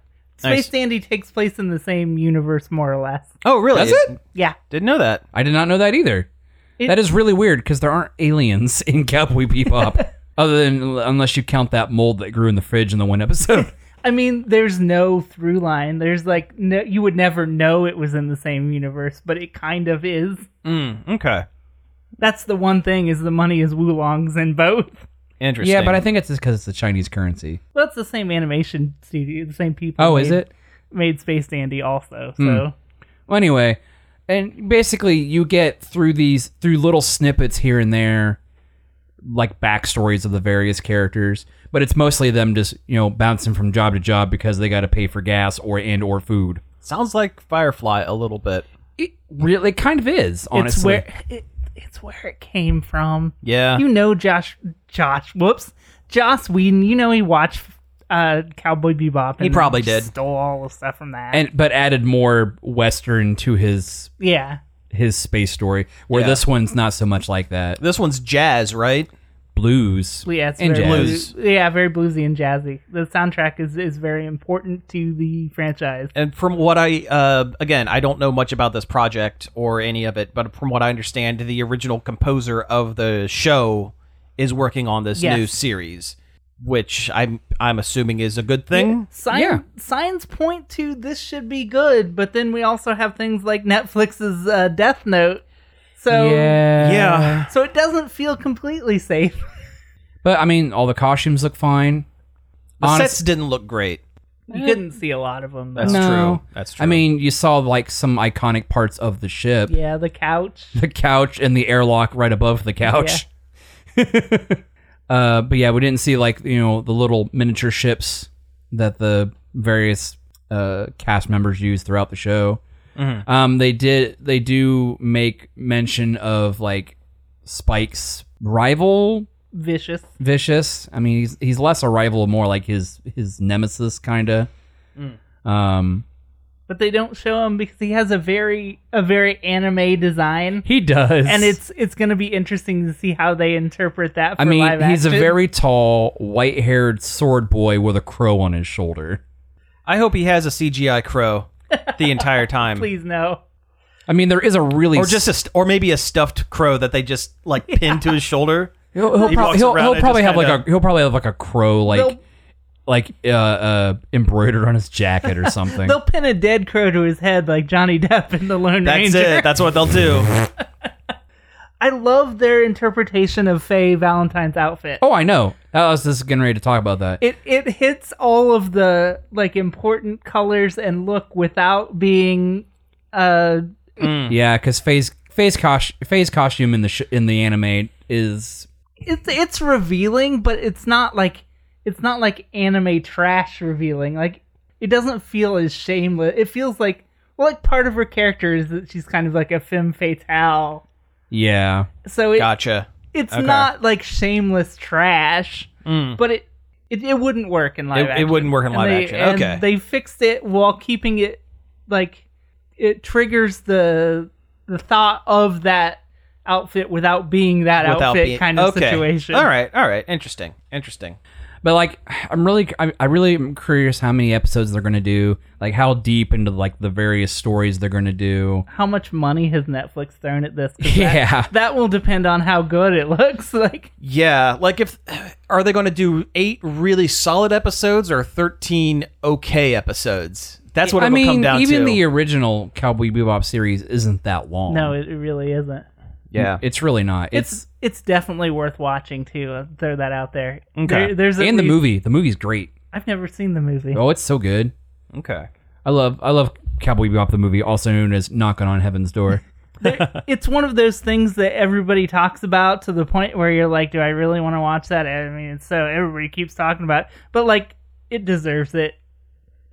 Speaker 3: Nice.
Speaker 2: Space Dandy takes place in the same universe, more or less.
Speaker 3: Oh, really?
Speaker 4: That's it.
Speaker 2: Yeah,
Speaker 3: Didn't know that.
Speaker 4: I did not know that either.
Speaker 2: It-
Speaker 4: that is really weird because there aren't aliens in Cowboy Bebop, <laughs> other than unless you count that mold that grew in the fridge in the one episode.
Speaker 2: I mean, there's no through line. There's like no, you would never know it was in the same universe, but it kind of is.
Speaker 3: Okay.
Speaker 2: That's the one thing is the money is Wulongs in both.
Speaker 3: Interesting.
Speaker 4: <laughs> yeah, but I think it's because it's the Chinese currency.
Speaker 2: Well, it's the same animation studio, the same people.
Speaker 4: Oh, is
Speaker 2: made-
Speaker 4: it? Hmm.
Speaker 2: made Space Dandy also? So
Speaker 4: Well, anyway, and basically you get through these through little snippets here and there, like backstories of the various characters, but it's mostly them just you know bouncing from job to job because they got to pay for gas or and or food.
Speaker 3: sounds like Firefly a little bit.
Speaker 4: It really it kind of is honestly.
Speaker 2: it's where it, it's where it came from.
Speaker 3: Yeah.
Speaker 2: You know, Josh, Josh, whoops, Josh Whedon. You know he watched uh, Cowboy Bebop. And
Speaker 3: He probably did.
Speaker 2: Stole all the stuff from that.
Speaker 4: and but added more western to his
Speaker 2: yeah,
Speaker 4: his space story where
Speaker 3: Yeah.
Speaker 4: this one's not so much like that
Speaker 3: this one's jazz, right?
Speaker 4: blues
Speaker 2: yeah, it's
Speaker 4: and
Speaker 2: very
Speaker 4: jazz.
Speaker 2: blues- Yeah, very bluesy and jazzy. The soundtrack is is very important to the franchise.
Speaker 3: And from what I, uh, again, I don't know much about this project or any of it, but from what I understand, the original composer of the show is working on this
Speaker 2: Yes.
Speaker 3: new series, which I'm I'm assuming is a good thing.
Speaker 2: Sign,
Speaker 4: Yeah.
Speaker 2: Signs point to this should be good, but then we also have things like Netflix's uh, Death Note. So
Speaker 3: Oh, Yeah.
Speaker 2: so it doesn't feel completely safe. <laughs>
Speaker 4: but i mean all the costumes look fine
Speaker 3: The
Speaker 4: Honest-
Speaker 3: sets didn't look great.
Speaker 2: You couldn't see a lot of
Speaker 4: Uh,
Speaker 2: them. Though.
Speaker 3: That's
Speaker 4: No.
Speaker 3: true. That's true.
Speaker 4: i mean you saw like some iconic parts of the ship
Speaker 2: Yeah, the couch.
Speaker 4: the couch and the airlock right above the couch <laughs> uh but yeah we didn't see like you know the little miniature ships that the various uh cast members use throughout the show
Speaker 2: Mm-hmm.
Speaker 4: Um, they did. They do make mention of like Spike's rival,
Speaker 2: Vicious.
Speaker 4: Vicious. I mean, he's he's less a rival, more like his his nemesis, kind of.
Speaker 2: Mm.
Speaker 4: Um,
Speaker 2: But they don't show him because he has a very a very anime design.
Speaker 4: he does,
Speaker 2: And it's it's going to be interesting to see how they interpret that. For
Speaker 4: I mean,
Speaker 2: live
Speaker 4: he's a
Speaker 2: action.
Speaker 4: very tall, white-haired sword boy with a crow on his shoulder.
Speaker 3: I hope he has a CGI crow the
Speaker 2: <laughs>
Speaker 3: entire time.
Speaker 2: please no.
Speaker 4: I mean, there is a really
Speaker 3: Or just a, st- or maybe a stuffed crow that they just like pin to his shoulder.
Speaker 4: he'll, he'll,
Speaker 3: he
Speaker 4: prob-
Speaker 3: walks
Speaker 4: he'll,
Speaker 3: around
Speaker 4: he'll
Speaker 3: and
Speaker 4: probably
Speaker 3: just
Speaker 4: have like a
Speaker 3: kinda-
Speaker 4: he'll probably have like a crow like
Speaker 2: They'll-
Speaker 4: like uh, uh embroidered on his jacket or something.
Speaker 2: They'll pin a dead crow to his head like Johnny Depp in the Lone
Speaker 3: That's
Speaker 2: Ranger.
Speaker 3: it. That's what they'll do.
Speaker 2: <laughs> I love their interpretation of Faye Valentine's outfit.
Speaker 4: Oh, I know. I was just getting ready to talk about that.
Speaker 2: It it hits all of the like important colors and look without being uh
Speaker 4: Yeah, because Faye's Faye's, cos- Faye's costume in the sh- in the anime is
Speaker 2: it's it's revealing, but it's not like it's not like anime trash revealing. Like it doesn't feel as shameless. It feels like well, like part of her character is that she's kind of like a femme fatale.
Speaker 4: yeah.
Speaker 2: So it,
Speaker 3: Gotcha.
Speaker 2: it's not like shameless trash, but it, it it wouldn't work in live
Speaker 3: Mm. It- it
Speaker 2: action.
Speaker 3: wouldn't work in
Speaker 2: And
Speaker 3: live
Speaker 2: they-
Speaker 3: action.
Speaker 2: and
Speaker 3: Okay.
Speaker 2: they fixed it while keeping it like it triggers the the thought of that outfit without being that outfit
Speaker 3: being-
Speaker 2: kind of
Speaker 3: okay.
Speaker 2: situation.
Speaker 3: All right, all right, interesting, interesting.
Speaker 4: But like, I'm really, I, I really am curious how many episodes they're gonna do. Like, how deep into like the various stories they're gonna do.
Speaker 2: How much money has Netflix thrown at this?
Speaker 3: <laughs>
Speaker 2: 'Cause that-
Speaker 4: <laughs> Yeah.
Speaker 2: that will depend on how good it <laughs> looks. Like
Speaker 3: Yeah, like if are they going to do eight really solid episodes or thirteen okay episodes? That's what
Speaker 4: I
Speaker 3: it'll
Speaker 4: mean,
Speaker 3: come down
Speaker 4: even
Speaker 3: to.
Speaker 4: the original Cowboy Bebop series isn't that long.
Speaker 2: no, it, it really isn't.
Speaker 3: yeah,
Speaker 4: it's really not. It's,
Speaker 2: It's it's definitely worth watching too. I'll throw that out there. Okay. there's at
Speaker 4: and the
Speaker 2: least-
Speaker 4: movie. The movie's great.
Speaker 2: I've never seen the movie.
Speaker 4: Oh, it's so good.
Speaker 3: okay.
Speaker 4: I love, I love Cowboy Bebop the movie, also known as Knocking on Heaven's Door.
Speaker 2: <laughs> it's one of those things that everybody talks about to the point where you're like, do I really want to watch that? I mean, it's so everybody keeps talking about, it. but like it deserves it.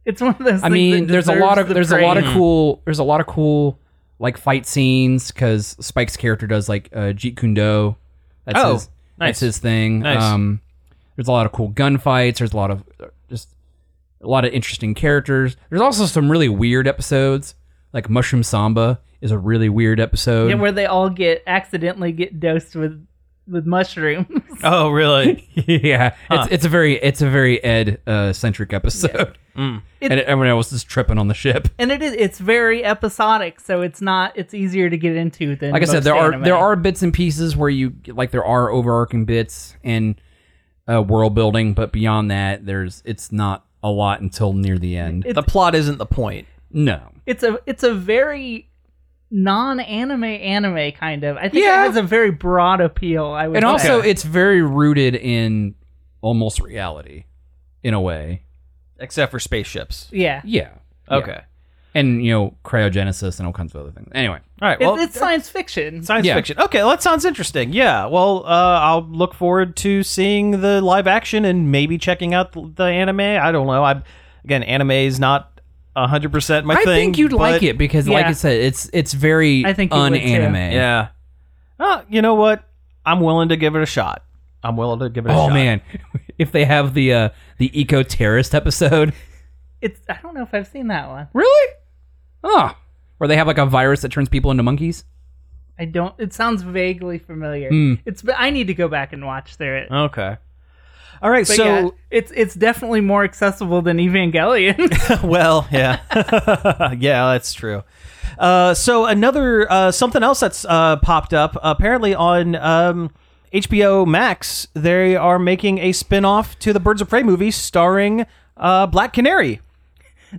Speaker 2: It's one of those.
Speaker 4: I
Speaker 2: things
Speaker 4: mean,
Speaker 2: that
Speaker 4: there's a
Speaker 2: deserves
Speaker 4: lot of
Speaker 2: the
Speaker 4: there's a lot of
Speaker 2: praise.
Speaker 4: cool there's a lot of cool like fight scenes because Spike's character does like uh, Jeet Kune Do. That's
Speaker 3: Oh,
Speaker 4: his,
Speaker 3: nice.
Speaker 4: that's his thing.
Speaker 3: Nice.
Speaker 4: Um, there's a lot of cool gunfights. There's a lot of uh, just a lot of interesting characters. There's also some really weird episodes. Like Mushroom Samba is a really weird episode.
Speaker 2: yeah, where they all get accidentally get dosed with with mushrooms. <laughs>
Speaker 3: Oh,
Speaker 4: <laughs>
Speaker 3: really?
Speaker 4: <laughs> Yeah, it's it's a very it's a very Ed uh, centric episode.
Speaker 2: Mm.
Speaker 4: and everyone else is tripping on the ship.
Speaker 2: and it is it's very episodic, so it's not it's easier to get into than
Speaker 4: like I said,
Speaker 2: most
Speaker 4: there are
Speaker 2: anime.
Speaker 4: there are bits and pieces where you like there are overarching bits and uh, world building, but beyond that, there's it's not a lot until near the end.
Speaker 2: It-
Speaker 3: the plot isn't the point.
Speaker 4: no,
Speaker 2: it's a it's a very non anime anime kind of. I think
Speaker 4: Yeah.
Speaker 2: it has a very broad appeal. I would
Speaker 4: and
Speaker 2: say.
Speaker 4: also it's very rooted in almost reality, in a way.
Speaker 3: except for spaceships.
Speaker 2: yeah.
Speaker 4: Yeah.
Speaker 3: Okay.
Speaker 4: Yeah. And you know cryogenesis and all kinds of other things. Anyway,
Speaker 3: All right.
Speaker 2: It-
Speaker 3: Well,
Speaker 2: it's science fiction.
Speaker 3: science
Speaker 4: yeah.
Speaker 3: fiction. Okay, well, that sounds interesting. Yeah. Well, uh, I'll look forward to seeing the live action and maybe checking out the, the anime. I don't know. I again, anime is not hundred percent my
Speaker 4: I
Speaker 3: thing.
Speaker 4: think you'd like
Speaker 3: but-
Speaker 4: it because, like
Speaker 2: Yeah.
Speaker 4: I said, it's it's very
Speaker 2: I think you would, too.
Speaker 4: un-anime.
Speaker 3: Yeah. Uh, you know what? I'm willing to give it a shot. I'm willing to give it a
Speaker 4: Oh
Speaker 3: shot.
Speaker 4: man, <laughs> if they have the uh, the eco terrorist episode,
Speaker 2: It's I don't know if I've seen that one.
Speaker 4: Really? Oh. Where they have like a virus that turns people into monkeys?
Speaker 2: I don't. It sounds vaguely familiar.
Speaker 3: Hmm.
Speaker 2: It's but I need to go back and watch through it.
Speaker 3: Okay. All right.
Speaker 2: But
Speaker 3: Uh, so
Speaker 2: yeah, it's it's definitely more accessible than Evangelion.
Speaker 3: <laughs>
Speaker 2: <laughs>
Speaker 3: well, yeah, <laughs> yeah, that's true. Uh, so another uh, something else that's uh, popped up apparently on um, HBO Max, they are making a spin-off to the Birds of Prey movie starring uh, Black Canary.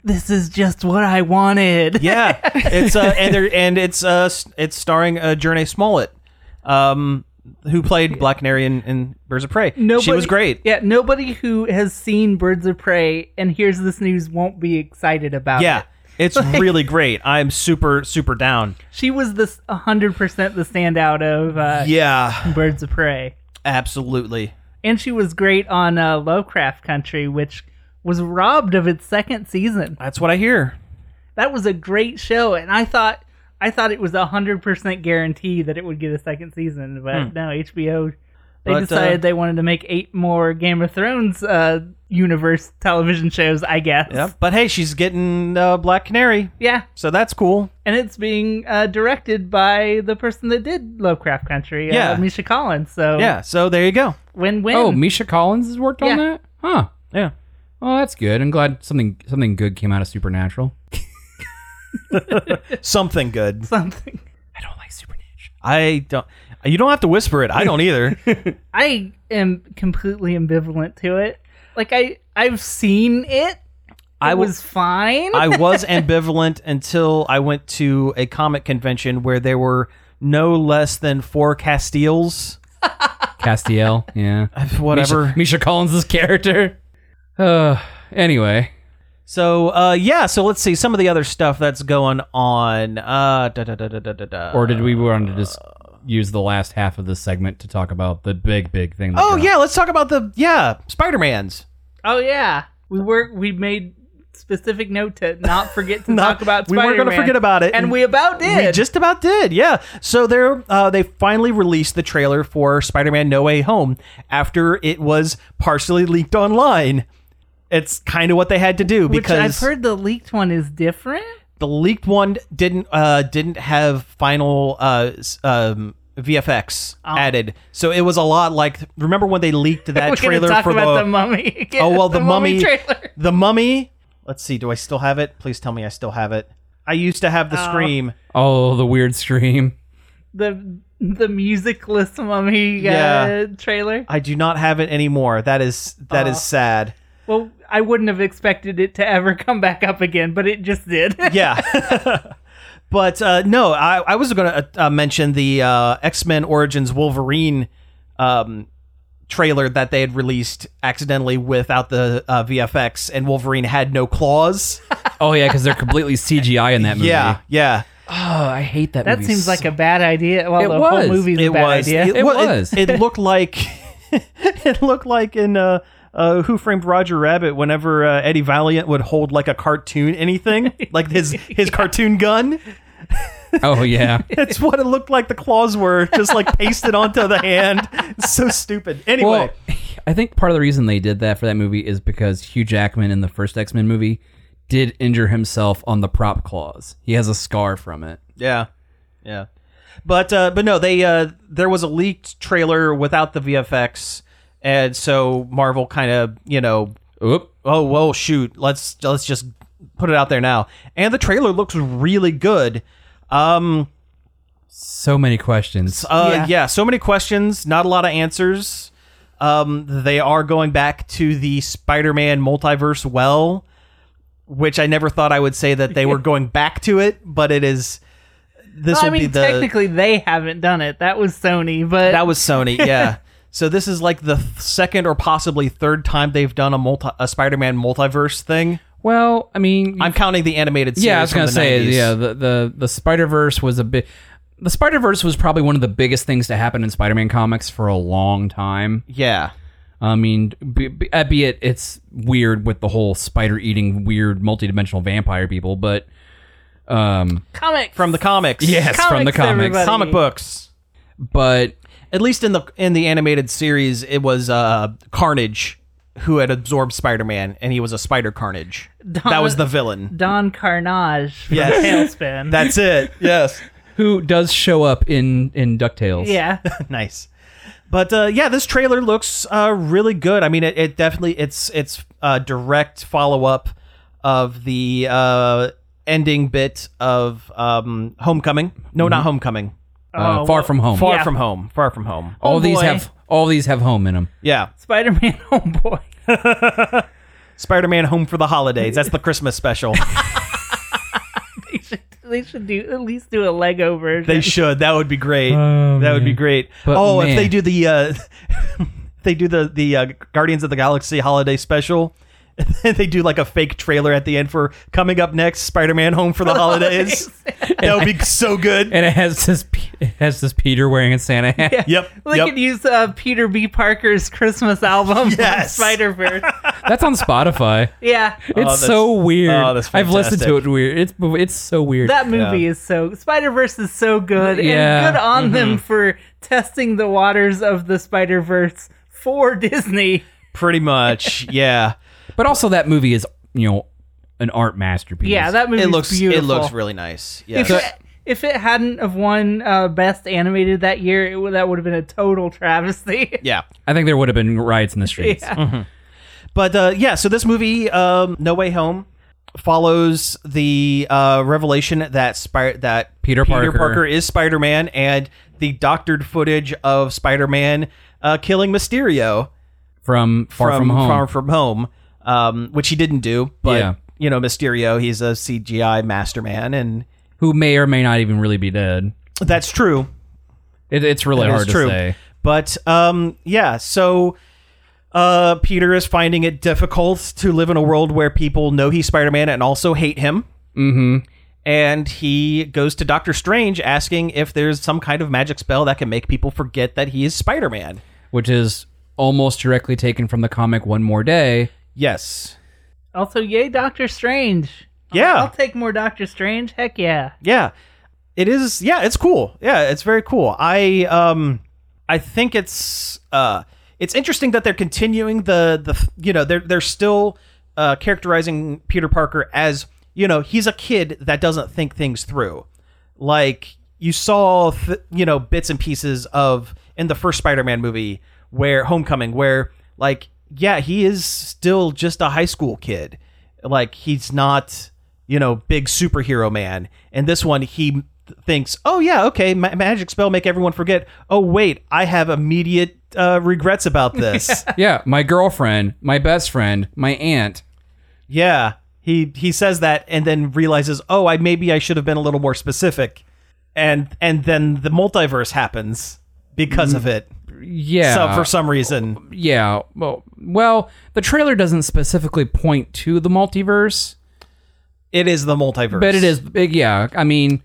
Speaker 2: this is just what I wanted. <laughs>
Speaker 3: Yeah, it's uh, and they're, and it's uh, s- it's starring uh, Journey Smollett, um, who played Black Canary in, in Birds of Prey.
Speaker 2: Nobody,
Speaker 3: she was great.
Speaker 2: Yeah, nobody who has seen Birds of Prey and hears this news won't be excited about
Speaker 3: Yeah,
Speaker 2: it. <laughs>
Speaker 3: it's really great. I'm super super down.
Speaker 2: She was this 100% the standout of uh,
Speaker 3: Yeah,
Speaker 2: Birds of Prey.
Speaker 3: absolutely.
Speaker 2: And she was great on uh, Lovecraft Country, which was robbed of its second season.
Speaker 3: That's what I hear.
Speaker 2: That was a great show, and I thought I thought it was a hundred percent guarantee that it would get a second season, but no, HBO they
Speaker 3: Hmm. But, uh,
Speaker 2: decided they wanted to make eight more Game of Thrones uh, universe television shows. I guess.
Speaker 3: Yep. But hey, she's getting uh, Black Canary,
Speaker 2: Yeah,
Speaker 3: so that's cool.
Speaker 2: and it's being uh, directed by the person that did Lovecraft Country,
Speaker 3: Yeah.
Speaker 2: uh, Misha Collins. So
Speaker 3: Yeah. So there you go.
Speaker 2: win-win.
Speaker 4: Oh, Misha Collins has worked
Speaker 2: Yeah.
Speaker 4: on that? Huh.
Speaker 3: Yeah.
Speaker 4: Oh, that's good. I'm glad something something good came out of Supernatural.
Speaker 3: Something good.
Speaker 2: <laughs> something.
Speaker 4: I don't like Supernatural. <laughs>
Speaker 3: I don't. You don't have to whisper it. I don't <laughs> either.
Speaker 2: I am completely ambivalent to it. Like I, I've seen it. I
Speaker 3: I will-
Speaker 2: was fine.
Speaker 3: I was ambivalent until I went to a comic convention where there were no less than four Castiles.
Speaker 4: Castiel, <laughs> yeah.
Speaker 3: Whatever.
Speaker 4: Misha, Misha Collins' character. Uh anyway.
Speaker 3: So uh, yeah. So let's see some of the other stuff that's going on. Uh, da, da, da, da, da, da, da.
Speaker 4: Or did we want to just use the last half of this segment to talk about the big, big thing? that
Speaker 3: Oh
Speaker 4: dropped?
Speaker 3: yeah. Let's talk about the yeah Spider Man's.
Speaker 2: oh yeah, we were we made specific note to not forget
Speaker 3: <laughs>
Speaker 2: to
Speaker 3: Not-
Speaker 2: talk about.
Speaker 3: we weren't
Speaker 2: Spider-Man,
Speaker 3: gonna forget about it,
Speaker 2: and
Speaker 3: and
Speaker 2: we about did.
Speaker 3: We just about did, yeah. So they're uh, they finally released the trailer for Spider-Man: No Way Home after it was partially leaked online. It's kind of what they had to do
Speaker 2: which I've
Speaker 3: because
Speaker 2: heard the leaked one is different.
Speaker 3: the leaked one didn't uh, didn't have final uh, s- um, VFX added. So it was a lot like remember when they
Speaker 2: <laughs>
Speaker 3: leaked that
Speaker 2: Oh. We're
Speaker 3: trailer
Speaker 2: gonna talk
Speaker 3: for
Speaker 2: about
Speaker 3: the,
Speaker 2: the mummy. <laughs> again.
Speaker 3: Oh well, the, mummy,
Speaker 2: trailer.
Speaker 3: The mummy. Let's see. Do I still have it? Please tell me I still have it. I used to have the scream.
Speaker 4: Oh, the weird scream.
Speaker 2: The the musicless mummy uh,
Speaker 3: Yeah.
Speaker 2: trailer.
Speaker 3: I do not have it anymore. That is that is sad.
Speaker 2: Well, I wouldn't have expected it to ever come back up again, but it just did.
Speaker 3: Yeah. <laughs> but uh, no, I, I was going to uh, mention the uh, X Men Origins Wolverine um, trailer that they had released accidentally without the uh, VFX, and Wolverine had no claws.
Speaker 4: Oh yeah, because they're completely CGI <laughs> in that movie.
Speaker 3: yeah, yeah.
Speaker 4: Oh, I hate
Speaker 2: <laughs>
Speaker 4: that.
Speaker 2: that
Speaker 4: movie
Speaker 2: seems
Speaker 4: so-
Speaker 2: like a bad idea. Well,
Speaker 4: It
Speaker 2: the
Speaker 4: was.
Speaker 2: whole movie's a
Speaker 3: it
Speaker 2: bad
Speaker 3: was.
Speaker 2: idea.
Speaker 4: It
Speaker 3: wa-
Speaker 4: was.
Speaker 3: It, looked like <laughs> it looked like in uh, uh, Who Framed Roger Rabbit whenever uh, Eddie Valiant would hold like a cartoon
Speaker 2: <laughs>
Speaker 3: anything, like his his cartoon gun.
Speaker 4: <laughs> Oh yeah.
Speaker 3: That's what it looked like. The claws were just like pasted onto the hand. It's so stupid. Anyway,
Speaker 4: Well, I think part of the reason they did that for that movie is because Hugh Jackman in the first X Men movie did injure himself on the prop claws. He has a scar from it.
Speaker 3: yeah, yeah. But uh, but no, they uh, there was a leaked trailer without the VFX, and so Marvel kind of you know
Speaker 4: Oop.
Speaker 3: oh whoa shoot let's let's just put it out there now. And the trailer looks really good. Um,
Speaker 4: So many questions.
Speaker 3: Uh, yeah.
Speaker 2: Yeah.
Speaker 3: so many questions, not a lot of answers. Um, they are going back to the Spider-Man multiverse well, which I never thought I would say that they were going back to it, but it is. This
Speaker 2: Well, I
Speaker 3: will be
Speaker 2: mean,
Speaker 3: the
Speaker 2: technically they haven't done it. That was Sony, but
Speaker 3: that was
Speaker 4: <laughs>
Speaker 3: Sony, yeah. so this is like the th- second or possibly third time they've done a multi a Spider-Man multiverse thing.
Speaker 4: Well, I mean,
Speaker 3: I'm counting the animated. Series
Speaker 4: Mm. yeah, I was
Speaker 3: from
Speaker 4: gonna
Speaker 3: the
Speaker 4: say,
Speaker 3: 90s.
Speaker 4: yeah, the the the Spider Verse was a bit. The Spider Verse was probably one of the biggest things to happen in Spider Man comics for a long time.
Speaker 3: yeah.
Speaker 4: I mean, be, be, albeit it's weird with the whole spider eating weird multidimensional vampire people, but um,
Speaker 2: comic
Speaker 3: From the comics,
Speaker 4: yes, from the
Speaker 2: Comics,
Speaker 4: comics.
Speaker 2: everybody.
Speaker 3: comic books.
Speaker 4: But
Speaker 3: at least in the in the animated series, it was uh, Carnage who had absorbed Spider-Man, and he was a Spider Carnage. that was the villain.
Speaker 2: Don Carnage from
Speaker 3: <laughs> Yes.
Speaker 2: Tailspin.
Speaker 3: That's it. Yes,
Speaker 4: who does show up in in Ducktales?
Speaker 2: yeah.
Speaker 3: <laughs> nice. But uh, yeah, this trailer looks uh, really good. I mean, it, it definitely it's it's a direct follow up of the uh, ending bit of um, Homecoming. No, not Homecoming.
Speaker 4: Uh,
Speaker 2: Oh,
Speaker 4: far
Speaker 2: well,
Speaker 4: from home.
Speaker 3: Far
Speaker 2: Yeah.
Speaker 3: from Mm-hmm. home. Far from home.
Speaker 4: all
Speaker 2: Oh,
Speaker 4: these
Speaker 2: boy.
Speaker 4: have all these have home in them.
Speaker 3: Yeah,
Speaker 2: Spider-Man oh Homeboy.
Speaker 3: Spider-Man: Home for the Holidays. That's the Christmas <laughs> special.
Speaker 2: they should they should do at least do a Lego version.
Speaker 3: They should. That would be great. that would be great.
Speaker 4: But
Speaker 3: oh, if
Speaker 4: man.
Speaker 3: they do the uh, <laughs> they do the the uh, Guardians of the Galaxy holiday special. <laughs> and then they do like a fake trailer at the end for coming up next Spider-Man Home for the holidays. <laughs> that would be so good.
Speaker 4: And it has this P- it has this Peter wearing a Santa hat.
Speaker 3: yep.
Speaker 2: They
Speaker 3: yep.
Speaker 2: could use uh, Peter B. Parker's Christmas album,
Speaker 3: <laughs> Yes. <laughs>
Speaker 2: Spider Verse.
Speaker 4: That's on Spotify.
Speaker 2: yeah,
Speaker 4: <laughs> It's
Speaker 3: that's-
Speaker 4: so weird.
Speaker 3: oh, that's
Speaker 4: I've listened to
Speaker 3: fantastic.
Speaker 4: it weird. It's it's so weird.
Speaker 2: that movie is so Spider Verse is so good,
Speaker 4: Yeah.
Speaker 2: and good on them for testing the waters of the Spider Verse for <laughs> Disney.
Speaker 3: Pretty much. Yeah.
Speaker 4: but also that movie is you know an art masterpiece.
Speaker 2: Yeah, that movie
Speaker 3: it looks
Speaker 2: beautiful.
Speaker 3: it looks really nice. Yeah.
Speaker 2: If it, if it hadn't have won uh, best animated that year, it, would- that would have been a total travesty.
Speaker 3: yeah.
Speaker 4: I think there would have been riots
Speaker 3: <laughs>
Speaker 4: in the streets.
Speaker 3: But uh, yeah, so this movie, um, No Way Home, follows the uh, revelation that Spir- that
Speaker 4: Peter Parker.
Speaker 3: is Spider Man and the doctored footage of Spider Man uh, killing Mysterio
Speaker 4: From far from, home.
Speaker 3: Far from home, um, which he didn't do. But
Speaker 4: Yeah.
Speaker 3: you know, Mysterio, he's a CGI master man, and
Speaker 4: who may or may not even really be dead.
Speaker 3: that's true.
Speaker 4: It, it's really
Speaker 3: That is
Speaker 4: hard to
Speaker 3: true.
Speaker 4: say.
Speaker 3: But um, yeah, so uh, Peter is finding it difficult to live in a world where people know he's Spider Man and also hate him. Mm-hmm. And he goes to Doctor Strange asking if there's some kind of magic spell that can make people forget that he is Spider Man.
Speaker 4: Which is almost directly taken from the comic One More Day.
Speaker 3: Yes.
Speaker 2: <laughs> Also, yay, Doctor Strange.
Speaker 3: Yeah.
Speaker 2: I'll take more Doctor Strange. Heck yeah.
Speaker 3: yeah it is yeah it's cool yeah it's very cool i um i think it's uh it's interesting that they're continuing the the you know they're they're still uh characterizing peter parker as you know he's a kid that doesn't think things through like you saw th- you know bits and pieces of in the first Spider-Man movie where Homecoming where like yeah he is still just a high school kid like he's not you know big superhero man and this one he th- thinks oh yeah okay ma- magic spell make everyone forget oh wait I have immediate uh, regrets about this
Speaker 4: <laughs> Yeah, my girlfriend, my best friend, my aunt.
Speaker 3: Yeah, he he says that and then realizes, "Oh, I maybe I should have been a little more specific." And and then the multiverse happens because of it.
Speaker 4: Yeah.
Speaker 3: So for some reason,
Speaker 4: yeah. Well, well, the trailer doesn't specifically point to the multiverse,
Speaker 3: it is the multiverse.
Speaker 4: but it is big. Yeah. I mean,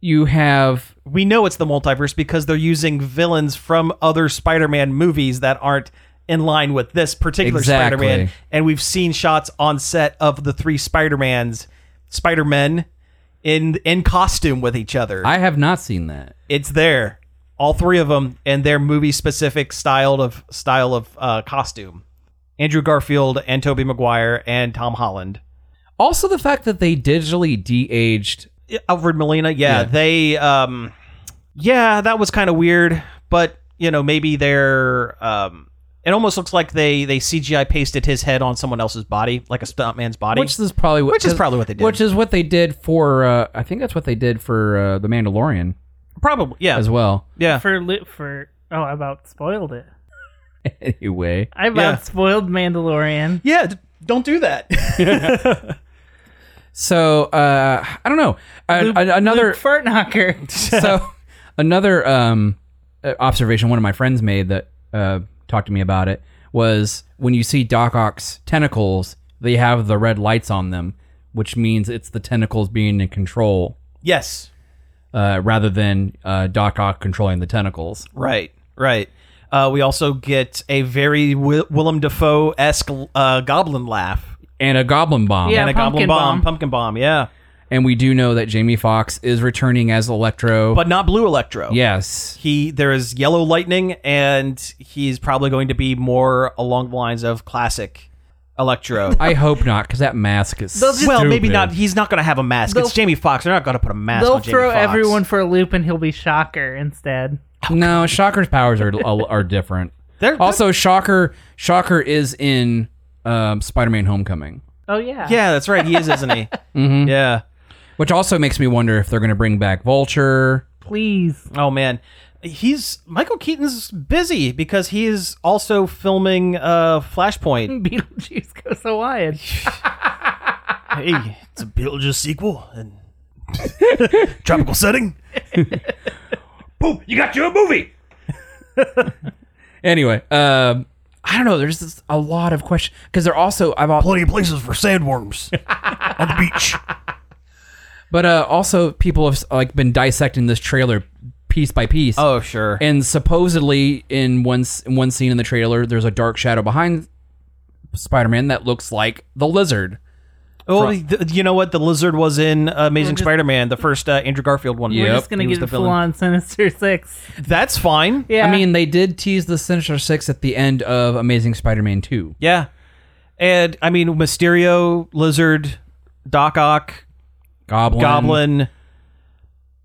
Speaker 4: you have
Speaker 3: We know it's the multiverse because they're using villains from other Spider-Man movies that aren't in line with this particular
Speaker 4: Exactly.
Speaker 3: Spider-Man, and we've seen shots on set of the three Spider-Mans, Spider-Men in in costume with each other.
Speaker 4: I have not seen that.
Speaker 3: it's there all three of them and their movie specific style of style of uh, costume andrew garfield and toby maguire and tom holland
Speaker 4: Also the fact that they digitally de-aged
Speaker 3: alfred molina yeah,
Speaker 4: Yeah.
Speaker 3: they um yeah that was kind of weird but you know maybe they're um it almost looks like they they cgi pasted his head on someone else's body like a stuntman's body
Speaker 4: which is probably what,
Speaker 3: Which is probably what they did.
Speaker 4: Which is what they did for uh, I think that's what they did for uh, the Mandalorian
Speaker 3: probably yeah
Speaker 4: as well. <laughs>
Speaker 3: yeah
Speaker 2: for Lu- for oh, I about spoiled it.
Speaker 4: anyway,
Speaker 2: I about
Speaker 3: Yeah.
Speaker 2: spoiled Mandalorian.
Speaker 3: yeah d- don't do that
Speaker 4: so uh, I don't know. Uh, an- another
Speaker 3: <laughs>
Speaker 2: Luke Fartknocker.
Speaker 4: so another um, uh, observation one of my friends made that uh, talked to me about it was when you see Doc Ock's tentacles, they have the red lights on them, which means it's the tentacles being in control
Speaker 3: yes
Speaker 4: uh, rather than uh, Doc Ock controlling the tentacles.
Speaker 3: Right, right. Uh, we also get a very Wi- Willem Dafoe esque uh, goblin laugh
Speaker 4: And a goblin bomb.
Speaker 2: Yeah.
Speaker 3: and a
Speaker 2: pumpkin
Speaker 3: goblin bomb,
Speaker 2: bomb.
Speaker 3: pumpkin bomb. Yeah,
Speaker 4: And we do know that Jamie Fox is returning as Electro.
Speaker 3: but not blue electro.
Speaker 4: yes.
Speaker 3: he there is yellow lightning, and he's probably going to be more along the lines of classic
Speaker 2: <laughs>
Speaker 3: electro.
Speaker 4: I hope not, because that mask is.
Speaker 2: They'll just-
Speaker 4: stupid.
Speaker 3: well, maybe not. He's not going to have a mask. It's
Speaker 2: They'll-
Speaker 3: Jamie Foxx. They're not going to put a mask.
Speaker 2: They'll
Speaker 3: on Jamie
Speaker 2: throw
Speaker 3: Foxx.
Speaker 2: everyone for a loop, and he'll be Shocker instead.
Speaker 4: No, Shocker's powers are <laughs> are different.
Speaker 3: They're-
Speaker 4: also, Shocker Shocker is in um, Spider-Man: Homecoming,
Speaker 2: Oh yeah,
Speaker 3: <laughs> yeah, that's right. He is, isn't
Speaker 2: <laughs>
Speaker 3: he? Yeah.
Speaker 4: which also makes me wonder if they're going to bring back Vulture.
Speaker 2: Please, <laughs>
Speaker 3: Oh man, he's Michael Keaton's busy because he is also filming uh, Flashpoint.
Speaker 2: Mm. Beetlejuice
Speaker 3: <laughs>
Speaker 2: goes Hawaiian.
Speaker 3: hey, it's a Beetlejuice sequel and <laughs> tropical setting.
Speaker 4: Anyway, um, I don't know. There's just a lot of questions because they're also I've al-
Speaker 3: Plenty of places for sandworms <laughs> on the beach.
Speaker 4: but uh, also people have like been dissecting this trailer piece by piece.
Speaker 3: Oh sure.
Speaker 4: and supposedly in one s- in one scene in the trailer, there's a dark shadow behind Spider-Man that looks like the Lizard.
Speaker 3: well, the- you know what? The lizard was in uh, Amazing Spider-Man, the first uh, Andrew Garfield one.
Speaker 4: We're
Speaker 2: We're
Speaker 4: Yep,
Speaker 2: just gonna
Speaker 3: He was
Speaker 2: get
Speaker 3: the
Speaker 2: full
Speaker 3: villain.
Speaker 2: on Sinister Six.
Speaker 3: That's fine.
Speaker 2: Yeah,
Speaker 4: I mean, they did tease the Sinister Six at the end of Amazing Spider-Man Two.
Speaker 3: Yeah. And I mean, Mysterio, lizard, Doc Ock,
Speaker 4: Goblin,
Speaker 3: Goblin,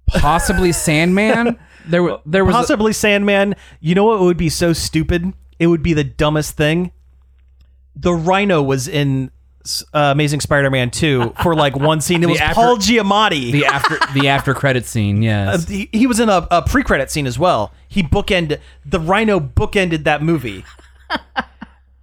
Speaker 4: possibly Sandman. There, wa- there was. a-
Speaker 3: possibly Sandman. You know what would be so stupid? It would be the dumbest thing. The Rhino was in s- uh, Amazing Spider-Man 2 for like one
Speaker 4: <laughs>
Speaker 3: scene. It was
Speaker 4: after-
Speaker 3: Paul Giamatti. Uh,
Speaker 4: the after the after credit scene, yes.
Speaker 3: he, he was in a, a pre-credit scene as well. He bookend the Rhino bookended that
Speaker 4: <laughs>
Speaker 3: movie.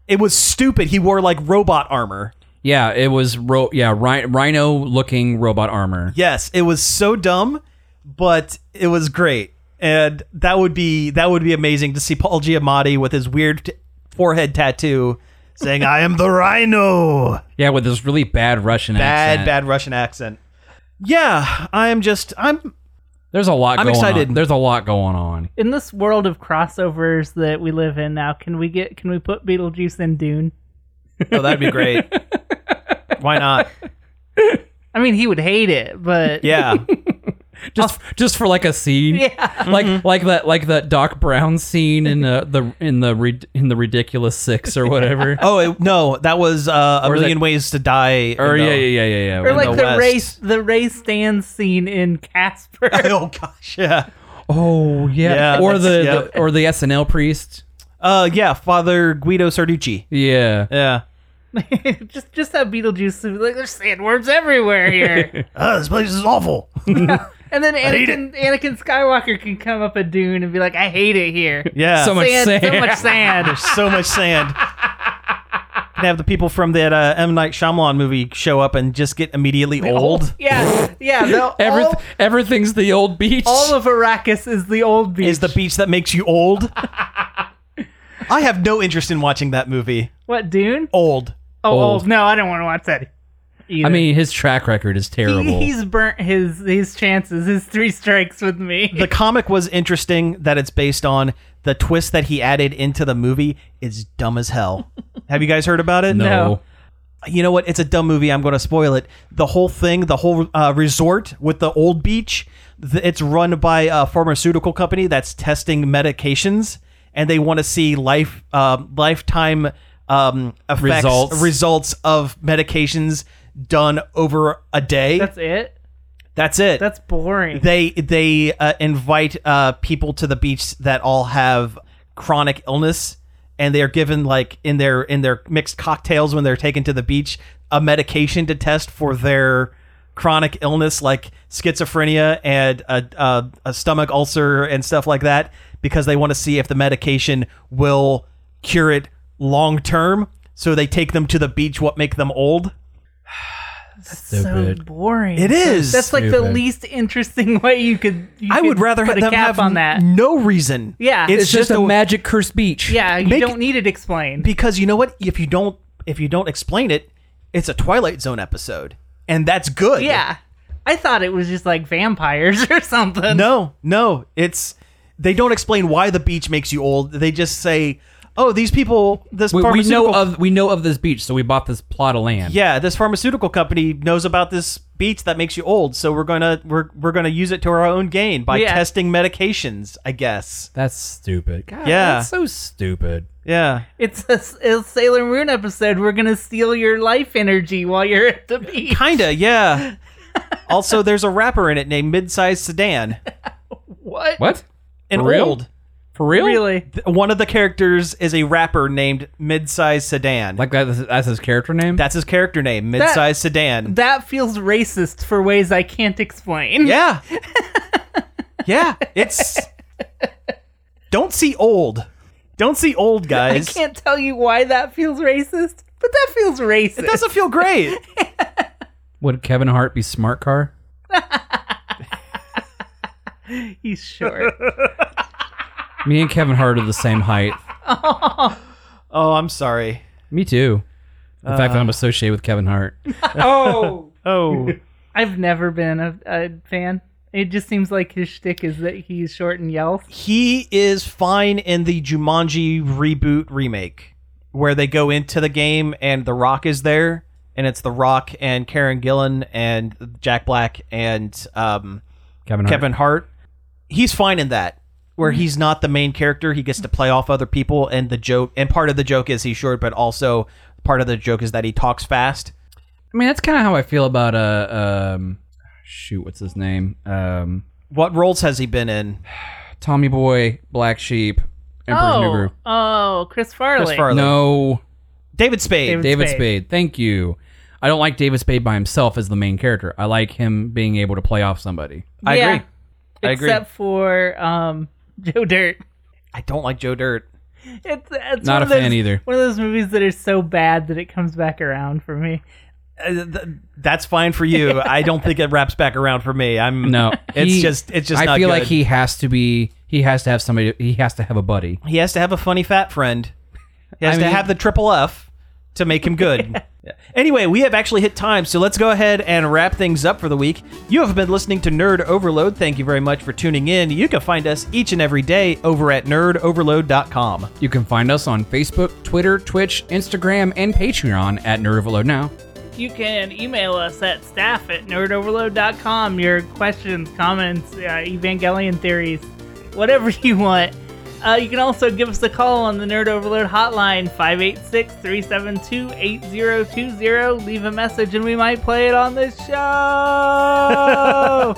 Speaker 3: it was stupid. He wore like robot armor.
Speaker 4: yeah, it was ro- yeah, ri- rhino looking robot armor.
Speaker 3: Yes, it was so dumb, but it was great. And that would be that would be amazing to see Paul Giamatti with his weird t- forehead tattoo saying "I am the
Speaker 4: <laughs>
Speaker 3: Rhino."
Speaker 4: Yeah, with this really bad Russian
Speaker 3: Bad
Speaker 4: accent.
Speaker 3: bad Russian accent. Yeah, I'm just I'm
Speaker 4: There's a lot
Speaker 3: I'm
Speaker 4: going
Speaker 3: excited.
Speaker 4: on. There's a lot going on.
Speaker 2: in this world of crossovers that we live in now, can we get can we put Beetlejuice in Dune?
Speaker 3: Oh, that'd be
Speaker 4: <laughs>
Speaker 3: great. Why not?
Speaker 2: I mean, he would hate it, but
Speaker 3: Yeah.
Speaker 4: just just for like a scene, yeah, like like that like that Doc Brown scene in the, the in the re, in the ridiculous six or whatever.
Speaker 3: <laughs> Oh it, no, that was uh, a
Speaker 4: Or is
Speaker 3: million
Speaker 4: that-
Speaker 3: ways to die. in
Speaker 4: or yeah,
Speaker 3: the-
Speaker 4: yeah, yeah, yeah, yeah.
Speaker 2: Or like
Speaker 3: the
Speaker 2: the,
Speaker 3: West.
Speaker 2: race, the Ray Stans scene in Casper.
Speaker 3: <laughs>
Speaker 2: <laughs>
Speaker 3: Oh gosh, yeah.
Speaker 4: oh
Speaker 3: Yeah,
Speaker 4: or the,
Speaker 3: that's- yeah.
Speaker 4: the or the SNL priest.
Speaker 3: Uh, yeah, Father Guido Sarducci.
Speaker 4: Yeah,
Speaker 3: Yeah.
Speaker 2: <laughs> just, just that Beetlejuice. suit, Like there's sandworms
Speaker 3: <laughs>
Speaker 2: everywhere here.
Speaker 3: Uh, this place is awful.
Speaker 2: and then
Speaker 3: hate
Speaker 2: Anakin, Anakin Skywalker can come up a dune and be like, "I hate it here.
Speaker 3: <laughs> Yeah.
Speaker 4: So much
Speaker 2: Sand, so
Speaker 4: sand.
Speaker 2: much
Speaker 3: <laughs>
Speaker 2: sand."
Speaker 3: There's so much sand. Can have the people from that uh, M Night Shyamalan movie show up and just get immediately old.
Speaker 2: Yeah, yeah. they'll-
Speaker 3: <laughs>
Speaker 4: Every,
Speaker 2: all,
Speaker 4: everything's the old beach.
Speaker 2: all of Arrakis is the old beach.
Speaker 3: Is the beach that makes you old? I have no interest in watching that movie.
Speaker 2: what Dune?
Speaker 3: Old.
Speaker 2: Oh,
Speaker 4: Old.
Speaker 2: oh, no, I don't want to watch that. Either.
Speaker 4: I mean, his track record is
Speaker 2: He-
Speaker 4: terrible.
Speaker 2: he's burnt his his chances, his three strikes with me.
Speaker 3: The comic was interesting that it's based on. The twist that he added into the movie is dumb as hell. have you guys heard about it?
Speaker 4: no.
Speaker 3: you know what? It's a dumb movie. I'm going to spoil it. The whole thing, the whole uh, resort with the old beach, th- it's run by a pharmaceutical company that's testing medications, and they want to see life um lifetime um, effects,
Speaker 4: Results.
Speaker 3: results of medications done over a day. That's,
Speaker 2: <laughs> that's it.
Speaker 3: it.
Speaker 2: That's boring.
Speaker 3: they they uh, invite uh, people to the beach that all have chronic illness and they are given like in their in their mixed cocktails when they're taken to the beach a medication to test for their chronic illness like schizophrenia and a, a, a stomach ulcer and stuff like that because they want to see if the medication will cure it long term so they take them to the beach what make them old
Speaker 2: so
Speaker 4: Stupid.
Speaker 2: boring.
Speaker 3: It is.
Speaker 2: That's like the
Speaker 4: Stupid.
Speaker 2: least interesting <laughs> way you could. You
Speaker 3: i would
Speaker 2: could
Speaker 3: rather
Speaker 2: put
Speaker 3: have
Speaker 2: a
Speaker 3: them
Speaker 2: cap
Speaker 3: have
Speaker 2: on that.
Speaker 3: no reason
Speaker 2: Yeah.
Speaker 3: it's,
Speaker 4: It's just a magic cursed beach.
Speaker 2: yeah, you
Speaker 3: make it-
Speaker 2: don't need it explained.
Speaker 3: because you know what if you don't if you don't explain it it's a twilight zone episode and that's good
Speaker 2: yeah, I thought it was just like vampires <laughs> or something.
Speaker 3: no no it's they don't explain why the beach makes you old they just say oh these people this
Speaker 4: We, we
Speaker 3: pharmaceutical
Speaker 4: know of we know of this beach, so we bought this plot of land.
Speaker 3: yeah this pharmaceutical company knows about this beach that makes you old so we're gonna we're, we're gonna use it to our own gain by
Speaker 2: Yeah.
Speaker 3: testing medications i guess
Speaker 4: That's stupid. God,
Speaker 3: Yeah.
Speaker 4: <laughs> That's so stupid.
Speaker 3: yeah
Speaker 2: It's a, a Sailor Moon episode. We're gonna steal your life energy while you're at the beach.
Speaker 3: kinda
Speaker 4: <laughs>
Speaker 3: yeah also there's a rapper in it named midsize sedan
Speaker 2: What?
Speaker 4: What?
Speaker 3: and
Speaker 4: For real?
Speaker 3: old
Speaker 4: For real?
Speaker 2: Really?
Speaker 3: Th- one of the characters is a rapper named Midsize Sedan.
Speaker 4: Like that, that's his character name?
Speaker 3: that's his character name, Midsize Sedan.
Speaker 2: That feels racist for ways I can't explain.
Speaker 3: yeah. yeah,
Speaker 2: <laughs>
Speaker 3: it's Don't see old. Don't see old
Speaker 2: I
Speaker 3: guys.
Speaker 2: can't tell you why that feels racist, but that feels racist.
Speaker 3: It doesn't feel great.
Speaker 4: Would Kevin Hart be smart car?
Speaker 2: He's short.
Speaker 4: Me and Kevin Hart are the same height.
Speaker 3: Oh, I'm sorry.
Speaker 4: Me too. The fact that I'm associated with Kevin Hart.
Speaker 2: oh.
Speaker 3: <laughs> Oh.
Speaker 2: I've never been a, a fan. It just seems like his shtick is that he's short and yells.
Speaker 3: <laughs> he is fine in the Jumanji reboot remake where they go into the game and The Rock is there and it's The Rock and Karen Gillan and Jack Black and um
Speaker 4: Kevin Hart.
Speaker 3: Kevin Hart. He's fine in that, where
Speaker 2: Mm-hmm.
Speaker 3: he's not the main character. He gets to play off other people, and the joke and part of the joke is he's short, but also part of the joke is that he talks fast.
Speaker 4: I mean, that's kind of how I feel about uh um shoot, what's his name? Um
Speaker 3: What roles has he been in?
Speaker 4: Tommy Boy, Black Sheep, Emperor's New Groove.
Speaker 2: oh, Chris Farley.
Speaker 3: Chris Farley,
Speaker 4: No,
Speaker 3: David Spade.
Speaker 2: David-
Speaker 4: David
Speaker 2: Spade.
Speaker 4: Spade. Thank you. I don't like David Spade by himself as the main character. I like him being able to play off somebody.
Speaker 3: I
Speaker 2: Yeah.
Speaker 3: agree. I agree.
Speaker 2: Except for um, <laughs> Joe Dirt.
Speaker 3: I don't like Joe Dirt.
Speaker 2: It's, it's
Speaker 4: Not
Speaker 2: one
Speaker 4: a
Speaker 2: of those-
Speaker 4: fan either.
Speaker 2: One of those movies that are so bad that it comes back around for me.
Speaker 3: Uh, th- that's fine for
Speaker 2: <laughs>
Speaker 3: you. I don't think it wraps back around for me. I'm
Speaker 4: <laughs> No,
Speaker 3: <laughs> It's
Speaker 4: he-
Speaker 3: just it's just.
Speaker 4: I
Speaker 3: not
Speaker 4: feel like
Speaker 3: good.
Speaker 4: he has to be. He has to have somebody. He has to have a buddy.
Speaker 3: he has to have a funny fat friend. He has
Speaker 4: I
Speaker 3: to
Speaker 4: mean-
Speaker 3: have the triple F to make him
Speaker 4: <laughs>
Speaker 3: good. Yeah. Anyway, we have actually hit time, so let's go ahead and wrap things up for the week. You have been listening to Nerd Overload. Thank you very much for tuning in. You can find us each and every day over at nerdoverload.com.
Speaker 4: You can find us on Facebook, Twitter, Twitch, Instagram, and Patreon at Nerd Overload Now.
Speaker 2: You can email us at staff at nerdoverload.com your questions, comments, uh, Evangelion theories, whatever you want. Uh, you can also give us a call on the Nerd Overload hotline, 586 372 8020. Leave a message and we might play it on the show.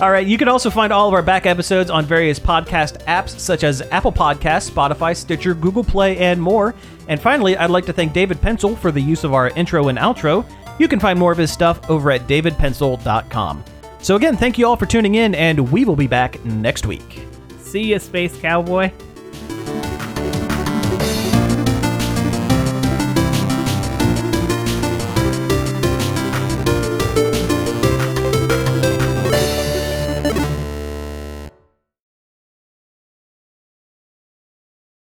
Speaker 3: All right, you can also find all of our back episodes on various podcast apps such as Apple Podcasts, Spotify, Stitcher, Google Play, and more. And finally, I'd like to thank David Pencil for the use of our intro and outro. You can find more of his stuff over at davidpencil.com. So again, thank you all for tuning in, and we will be back next week.
Speaker 2: See you, Space Cowboy.